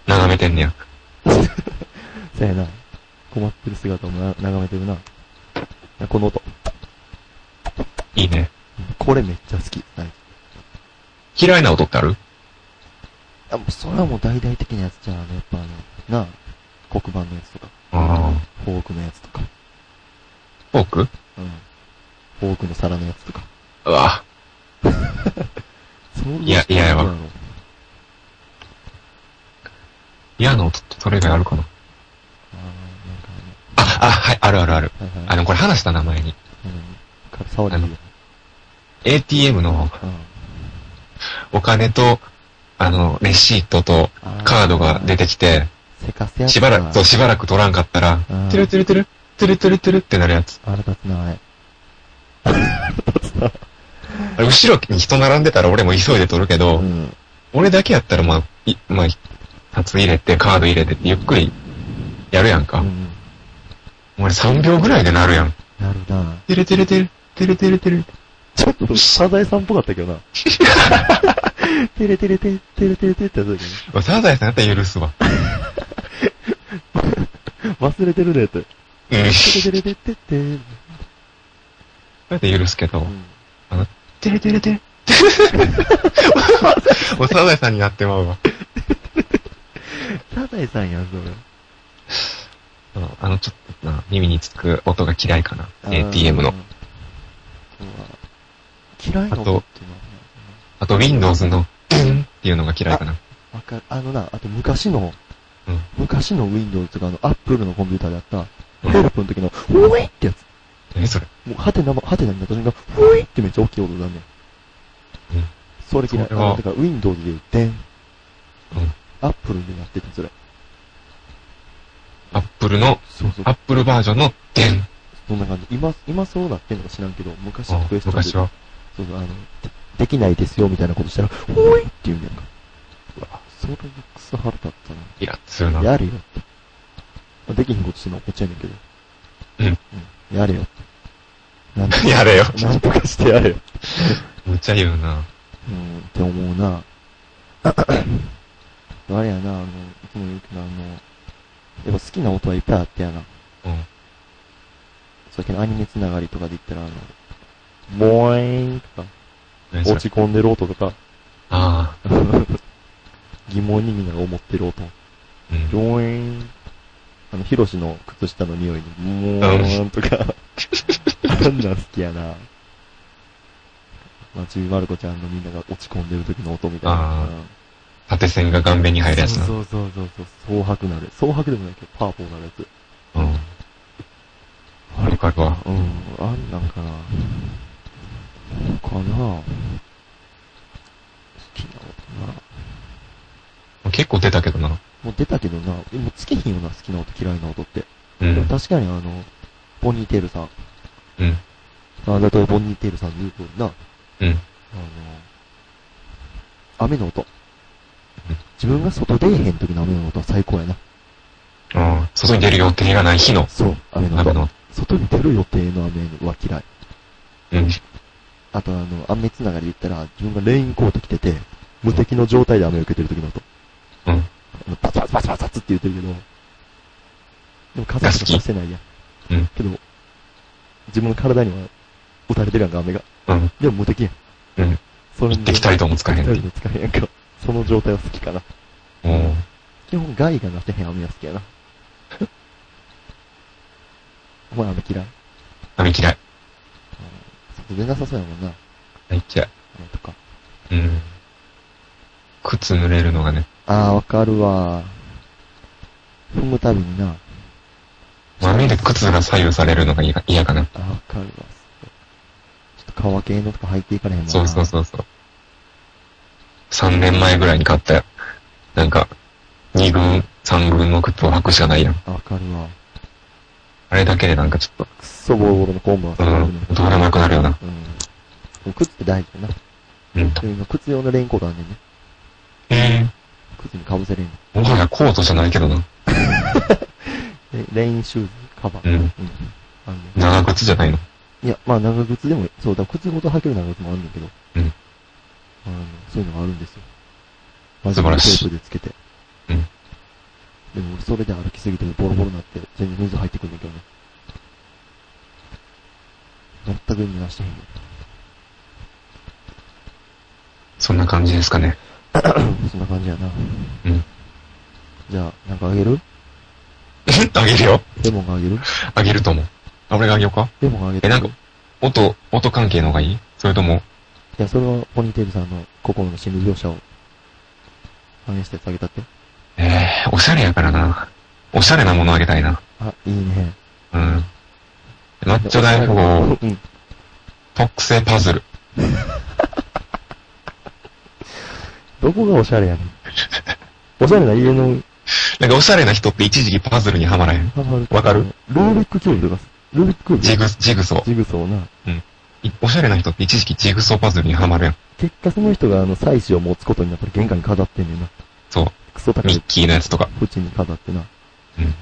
Speaker 1: 斜めてんねや。
Speaker 2: そやな。困ってる姿もな眺めてるな。いやこの音。
Speaker 1: いいね。
Speaker 2: これめっちゃ好き。はい。
Speaker 1: 嫌いな音ってある
Speaker 2: あ、もうそれはもう大々的なやつじゃん、あの、やっぱあの、なあ、黒板のやつとか、
Speaker 1: ああ。
Speaker 2: フォークのやつとか、
Speaker 1: フォーク
Speaker 2: うん。フォークの皿のやつとか。
Speaker 1: うわ。
Speaker 2: そういう
Speaker 1: いやいやいや
Speaker 2: そうなの
Speaker 1: 嫌な音ってそれ以外あるかな
Speaker 2: あーなんか
Speaker 1: あ、あ、はい、あるあるある。
Speaker 2: あの、はいはい。
Speaker 1: あの、これ話した名前に。
Speaker 2: うん。か触りいいよ。
Speaker 1: ATM の
Speaker 2: うん。
Speaker 1: お金と、あの、レシートと
Speaker 2: あ
Speaker 1: カードが出てきて、
Speaker 2: せかせやつ
Speaker 1: しばらく、そう、しばらく取らんかったら、
Speaker 2: うん
Speaker 1: トゥルトゥルトゥル、トゥルトゥルトゥルってなるやつ。
Speaker 2: あれ立つなあ
Speaker 1: あれ後ろに人並んでたら俺も急いで取るけ
Speaker 2: れ
Speaker 1: ど、
Speaker 2: うん。
Speaker 1: 俺だけやったらまあ、いまあ、札入れて、カード入れてってゆっくりやるやんか。
Speaker 2: うん。
Speaker 1: 俺3秒ぐらいでなるやん。
Speaker 2: なるな
Speaker 1: てるてるてる、てるてるてる。
Speaker 2: ちょっと、サザエさんっぽかったけ どな。テレテレテレテレテレテレってやつだけ
Speaker 1: まあサザエさんやったら許すわ。
Speaker 2: ど忘れてるでって。
Speaker 1: うん。だ
Speaker 2: テレテレテレテレって。
Speaker 1: って許すけど
Speaker 2: う、ん
Speaker 1: てるてるてる。 おサザエさんになってまうわ。
Speaker 2: サザエさんやん、それ。
Speaker 1: あの、ちょっとな、耳につく音が嫌いかな。ATM の。
Speaker 2: そうだ。嫌いな音っていうのはね
Speaker 1: あと、Windows の、ブンっていうのが嫌いかな。
Speaker 2: わかる。あのな、あと昔の、
Speaker 1: うん
Speaker 2: 昔の Windows とかあの Apple のコンピューターであった、
Speaker 1: うん
Speaker 2: ヘルプの時の、ほいってやつ。
Speaker 1: 何それ
Speaker 2: もう、ハテナも、ハテナになった瞬間、ほいってめっちゃ大きい音だね。
Speaker 1: うん
Speaker 2: それ嫌い。
Speaker 1: そ
Speaker 2: あ
Speaker 1: れは
Speaker 2: の、だから Windows で、でん。
Speaker 1: ん
Speaker 2: Apple になってて、それ。
Speaker 1: ?Apple の、
Speaker 2: そうそう。
Speaker 1: Apple バージョンの、デン。
Speaker 2: そんな感じ。今、今そうなってんのか知らんけど、昔
Speaker 1: あ
Speaker 2: クエストで、
Speaker 1: 昔は。
Speaker 2: そうそう、あの、でできないですよみたいなことしたら、ほいって言うんやんか。うわ、それがクソ腹立っ
Speaker 1: イラッとする
Speaker 2: た
Speaker 1: な。
Speaker 2: な。やれよって。まあできひんことしてんのこっちやねんけど。
Speaker 1: うん。
Speaker 2: うん。やれよって。なんと
Speaker 1: やれよ。
Speaker 2: なんとかしてやれよ。
Speaker 1: むっちゃ言うな。
Speaker 2: うん、って思うな。 あれやな、あの、いつも言うけど、あの、やっぱ好きな音はいっぱいあってやな。
Speaker 1: うん。
Speaker 2: さっきのアニメつながりとかで言ったら、あの、ボーインとか、
Speaker 1: 何そ
Speaker 2: 落
Speaker 1: れ
Speaker 2: ち込んでる音とか、
Speaker 1: ああ。
Speaker 2: 疑問にみんなが思ってる音。
Speaker 1: うん。
Speaker 2: ローイン。あの、ヒロシの靴下の匂いに、もーんとか。あんなん好きやな。まあ、ちびまる子ちゃんのみんなが落ち込んでる時の音みたいな。
Speaker 1: あー縦線が顔面に入るやつな。
Speaker 2: そうそうそうそうそう。蒼白なる。蒼白でもないけど、パーポーなるやつ。
Speaker 1: うん。わかるわ。
Speaker 2: うん、あんなんかな。かな好きな音な。
Speaker 1: 結構出たけどな。
Speaker 2: もう出たけどな、でもつけひんよな、好きな音、嫌いな音って。
Speaker 1: う
Speaker 2: でも
Speaker 1: ん。
Speaker 2: 確かにあの、ポニーテールさん。
Speaker 1: うん。
Speaker 2: あなたはボニーテールさんの言うとりな。
Speaker 1: うん
Speaker 2: あの、雨の音
Speaker 1: うん。
Speaker 2: 自分が外出えへん時の雨の音は最高やな。
Speaker 1: うん。外に出る予定がない日の
Speaker 2: そう、雨の
Speaker 1: 雨
Speaker 2: 音。
Speaker 1: の。
Speaker 2: 外に出る予定の雨は嫌い。
Speaker 1: うん。
Speaker 2: あとあの、雨つながりで言ったら、自分がレインコート着てて、無敵の状態で雨を受けてる時の音。
Speaker 1: うん
Speaker 2: あの。バツバツバツバツバツって言ってるけど、でも傘とかしてないや
Speaker 1: 好きうん。
Speaker 2: けど、自分の体には打たれてるやんか、雨が。
Speaker 1: うん。
Speaker 2: でも無敵やん。
Speaker 1: うん
Speaker 2: それ
Speaker 1: 行ってきたりとも使えへん
Speaker 2: 行ったりも使えへんか。その状態は好きかな。
Speaker 1: も
Speaker 2: 基本害がなせへん網は好きやな。 お前網嫌い。
Speaker 1: う、雨嫌い。
Speaker 2: 外出なさそうやもんな。
Speaker 1: 雨嫌い。
Speaker 2: 雨とか。
Speaker 1: うん。靴濡れるのがね、
Speaker 2: あー、わかるわ。踏むたびにな。
Speaker 1: 雨で靴が左右されるのが嫌嫌かな。
Speaker 2: あー、わかるわ。ちょっと革系のとか履いていかれへんもんな。
Speaker 1: そうそうそうそう。3年前ぐらいに買ったよ。なんか、2軍、3軍の靴を履くしかないやん。
Speaker 2: あ、わかるわ。
Speaker 1: あれだけでなんかちょっ
Speaker 2: くっそボロボロのコンボは
Speaker 1: と、
Speaker 2: さ、
Speaker 1: う、
Speaker 2: うん
Speaker 1: どうでもよくなるよな。
Speaker 2: ん。でも靴って大事だな。
Speaker 1: うん。
Speaker 2: でも今靴用のレインコートあんねんね。
Speaker 1: え
Speaker 2: 靴にかぶせれんの。
Speaker 1: ー、もはやコートじゃないけどな。
Speaker 2: でレインシューズ、カバー。
Speaker 1: う
Speaker 2: うん。
Speaker 1: ん。
Speaker 2: あんねん
Speaker 1: 長靴じゃないの。
Speaker 2: いや、まあ長靴でも、そうだ、靴ごと履ける長靴もあるんだけど。
Speaker 1: うん
Speaker 2: あの、そういうのがあるんですよ。マ
Speaker 1: 晴らしい
Speaker 2: テープでつけて。
Speaker 1: うん
Speaker 2: でも俺それで歩きすぎてボロボロになって、全然水入ってくるんだけどね。全く意味なしてへんよ。
Speaker 1: そんな感じですかね。
Speaker 2: そんな感じやな。
Speaker 1: うん。
Speaker 2: じゃあ、なんかあげる
Speaker 1: あげるよ。
Speaker 2: レモンがあげる
Speaker 1: あげると思う。あ、俺があげようか
Speaker 2: レモンがあげて
Speaker 1: え、なんか、音、音関係の方がいいそれとも、
Speaker 2: いや、それはポニーテールさんの心の心理描写を反映してあげたって。
Speaker 1: えー、おしゃれやからな。おしゃれなものあげたいな。
Speaker 2: あ、いいね。
Speaker 1: うん。マッチョ大富豪、
Speaker 2: うん。
Speaker 1: 特製パズル。
Speaker 2: どこがおしゃれやねん。 おしゃれな家の、
Speaker 1: なんかおしゃれな人って一時期パズルにはまらへん。わかる
Speaker 2: ルービックキューブとか、ルービックキュ
Speaker 1: ジ
Speaker 2: ーブ
Speaker 1: グ、ジグソー。
Speaker 2: ジグソーな。
Speaker 1: いおしゃれな人って一時期ジグソーパズルにはまるやん。
Speaker 2: 結果その人があの、祭祀を持つことになったら玄関に飾ってんねんな。
Speaker 1: そう。
Speaker 2: クソ高
Speaker 1: ミ
Speaker 2: い
Speaker 1: ッキーのやつとか。
Speaker 2: 縁に飾ってな。
Speaker 1: うん。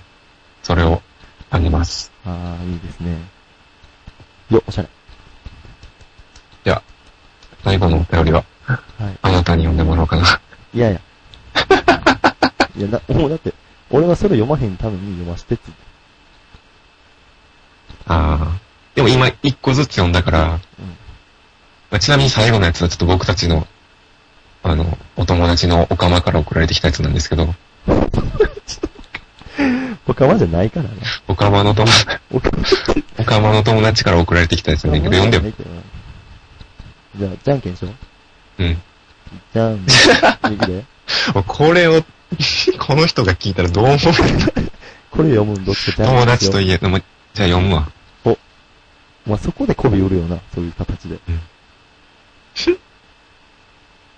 Speaker 1: それをあげます。
Speaker 2: あー、いいですね。よ、おしゃれ。
Speaker 1: 最後のお便りは、
Speaker 2: はい。
Speaker 1: あなたに読んでもらおうかな。
Speaker 2: いやいや。いや、だ、もうだって、俺はそれ読まへんために読ましてっつって。
Speaker 1: あー。でも今一個ずつ読んだから、
Speaker 2: うん
Speaker 1: まあちなみに最後のやつはちょっと僕たちの、あの、お友達のお釜から送られてきたやつなんですけど、
Speaker 2: おかまじゃな いからね。
Speaker 1: お釜の友達、
Speaker 2: おかまじ
Speaker 1: お釜の友達から送られてきたやつ
Speaker 2: ゃ
Speaker 1: なん
Speaker 2: な
Speaker 1: だけ
Speaker 2: いか
Speaker 1: ど、読
Speaker 2: ら
Speaker 1: んでよ。
Speaker 2: ないけどな。じゃあ、じゃんけんしよう。
Speaker 1: うん。
Speaker 2: じゃ ん。右で。
Speaker 1: これを、 この人が聞いたらどう思う
Speaker 2: これ読むんどっちかじゃんけんしよう。
Speaker 1: 友達と言え、でもじゃあ読むわ。
Speaker 2: まあ、そこで媚び売るよな、そういう形で。
Speaker 1: うん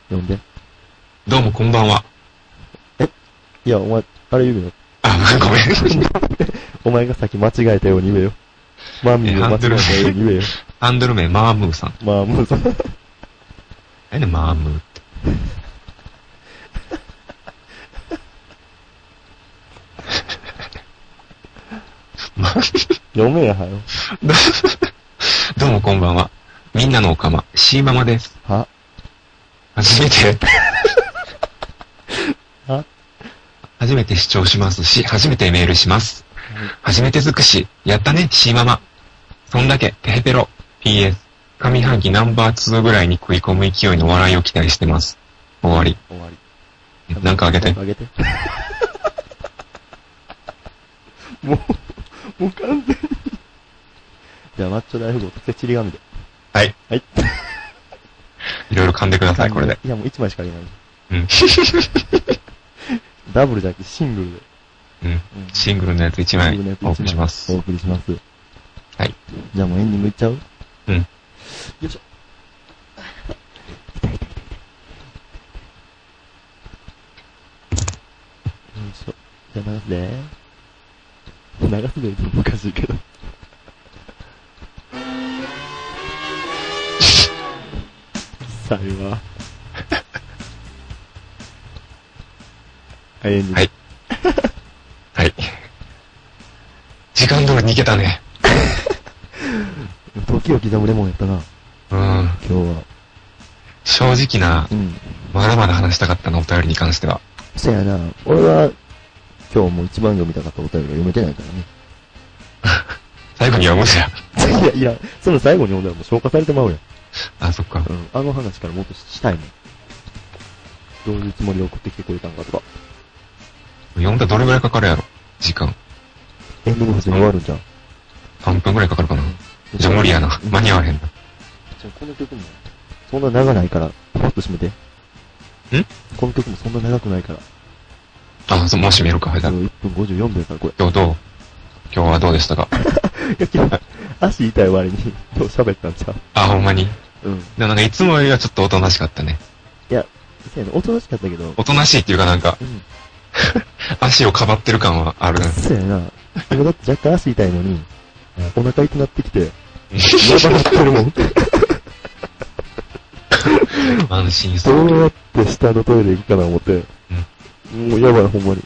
Speaker 2: 読んで。
Speaker 1: どうもこんばんは。
Speaker 2: いや、お前、あれ言うよ。
Speaker 1: あ、ごめん。
Speaker 2: お前がさっき間違えたように言えよ。マミーを間違えたように言えよ。
Speaker 1: ハンドル名、マームーさん。
Speaker 2: まあ、もうさ、
Speaker 1: えね、マームーって。 ま
Speaker 2: 読めやはよ。
Speaker 1: どうもこんばんは。みんなのおかま、シーママです。
Speaker 2: は
Speaker 1: 初めて
Speaker 2: は。
Speaker 1: 初めて視聴しますし、初めてメールします。初めて尽くし、やったね、シーママ。そんだけ、テヘペロ。PS。上半期ナンバー2ぐらいに食い込む勢いの笑いを期待してます。終わり。
Speaker 2: 終わり。
Speaker 1: なんかあげて
Speaker 2: なん。かあげて。 もう、もう完全に。じゃあ、マッチョ大富豪とせちり紙で。
Speaker 1: はい。
Speaker 2: はい。
Speaker 1: いろいろ噛んでください、これで。。
Speaker 2: いや、もう1枚しかあげない。
Speaker 1: うん。
Speaker 2: ダブルじゃなくてシングルで。
Speaker 1: うん。
Speaker 2: うん
Speaker 1: シングルのやつ1枚お送りしま
Speaker 2: お
Speaker 1: す。
Speaker 2: 送りします。
Speaker 1: はい。
Speaker 2: じゃあもうエンディングいっちゃう
Speaker 1: うん
Speaker 2: よいしょ。痛い痛い痛い痛い。よいしょ。じゃあ流すで流すでっておかしいけど。さい わ。はい、エンディング。
Speaker 1: はいはい。時間通りに行けたね。
Speaker 2: 時を刻むレモンやったな、
Speaker 1: うん。
Speaker 2: 今日は。
Speaker 1: 正直な
Speaker 2: う、ん。
Speaker 1: まだまだ話したかったな、お便りに関しては。
Speaker 2: そやな、俺は、今日も一番読みたかったお便りが読めてないか
Speaker 1: 最後にはむじゃ。
Speaker 2: らね。いや、いや、その最後に読んだらもう消化されてまうやん。
Speaker 1: あ、そっか。
Speaker 2: うん、あの話からもっとしたいもん。どういうつもりで送ってきてくれたんかとか。
Speaker 1: 読んだらどれぐらいかかるやろ時間。
Speaker 2: エンディング普通に終わるんじゃん。
Speaker 1: 3分ぐらいかかるかな。じゃあ無理やな。間に合わへんな。
Speaker 2: じゃあこの曲も、そんな長ないから、パッと閉めて。
Speaker 1: ん
Speaker 2: この曲もそんな長くないから。
Speaker 1: あ、そうもう閉めるか。はい、じゃあ
Speaker 2: 1分54秒やから、これ。
Speaker 1: 今日どう今日はどうでしたか
Speaker 2: いや、今日、足痛い割に、今日喋ったんちゃ
Speaker 1: あ、ほんまに。
Speaker 2: ううん。
Speaker 1: でもなんかいつもよりはちょっとおとなしかったね。
Speaker 2: せやな、おとなしかったけど、
Speaker 1: おとなしいっていうかなんか、
Speaker 2: うん。
Speaker 1: 足をかばってる感はある。
Speaker 2: せやな、今だって若干足痛いのに、お腹痛くなってきて、
Speaker 1: う
Speaker 2: なってるもん。
Speaker 1: ん安心そ
Speaker 2: ど
Speaker 1: う。
Speaker 2: うやって下のトイレ行くかな思って、もうやばい、ほんまに。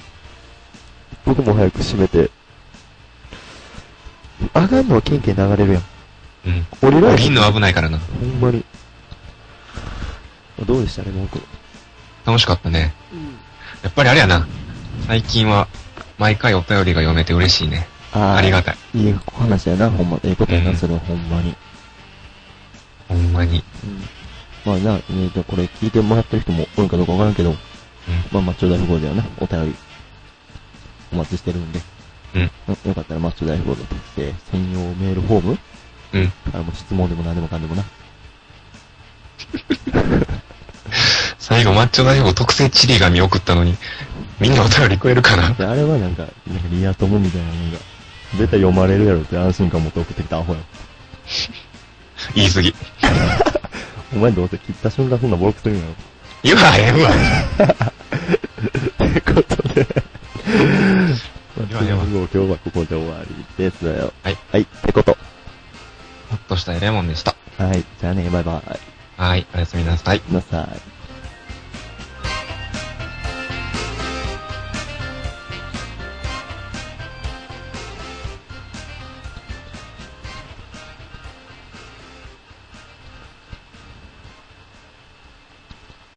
Speaker 2: 僕も早く閉めて。上がんのはケンケン流れるやん。
Speaker 1: うん。
Speaker 2: 降りられ
Speaker 1: 降
Speaker 2: へ
Speaker 1: り
Speaker 2: ん
Speaker 1: んの危ないからな。
Speaker 2: ほんまに。どうでしたね、僕。
Speaker 1: 楽しかったね。やっぱりあれやな。最近は、毎回お便りが読めて嬉しいね。
Speaker 2: あ
Speaker 1: ありがたい。
Speaker 2: い。いい話やな、ほんま。ええことやな、それはほんまに。
Speaker 1: ほんまに。
Speaker 2: まあな、えーと、これ聞いてもらってる人も多いかどうかわからんけど、まあ、マッチョ大富豪ではな、お便り、お待ちしてるんで、
Speaker 1: うん
Speaker 2: よかったらマッチョ大富豪の特製専用メールフォーム
Speaker 1: うん。
Speaker 2: あの、質問でも何でもかんでもな。
Speaker 1: 最後、マッチョ大王特製チリ紙送ったのに、みんなお便り食えるかな
Speaker 2: で、あれはなんか、なんかリア友みたいなのが、絶対読まれるやろって安心感持って送ってきたアホや。
Speaker 1: 言い過ぎ。
Speaker 2: お前どうせ切った瞬間そんなボロクするんやろ。
Speaker 1: 言わへんわ。
Speaker 2: ということ で、マッ
Speaker 1: で
Speaker 2: チョ
Speaker 1: はで
Speaker 2: 大
Speaker 1: は
Speaker 2: 富豪今日はここで終わりですよ。
Speaker 1: はい。
Speaker 2: はい、ってこと。
Speaker 1: ほっとしたいレモンでした。
Speaker 2: はい、じゃあね、バイバイ。
Speaker 1: はい、おやすみなさい。
Speaker 2: なさい。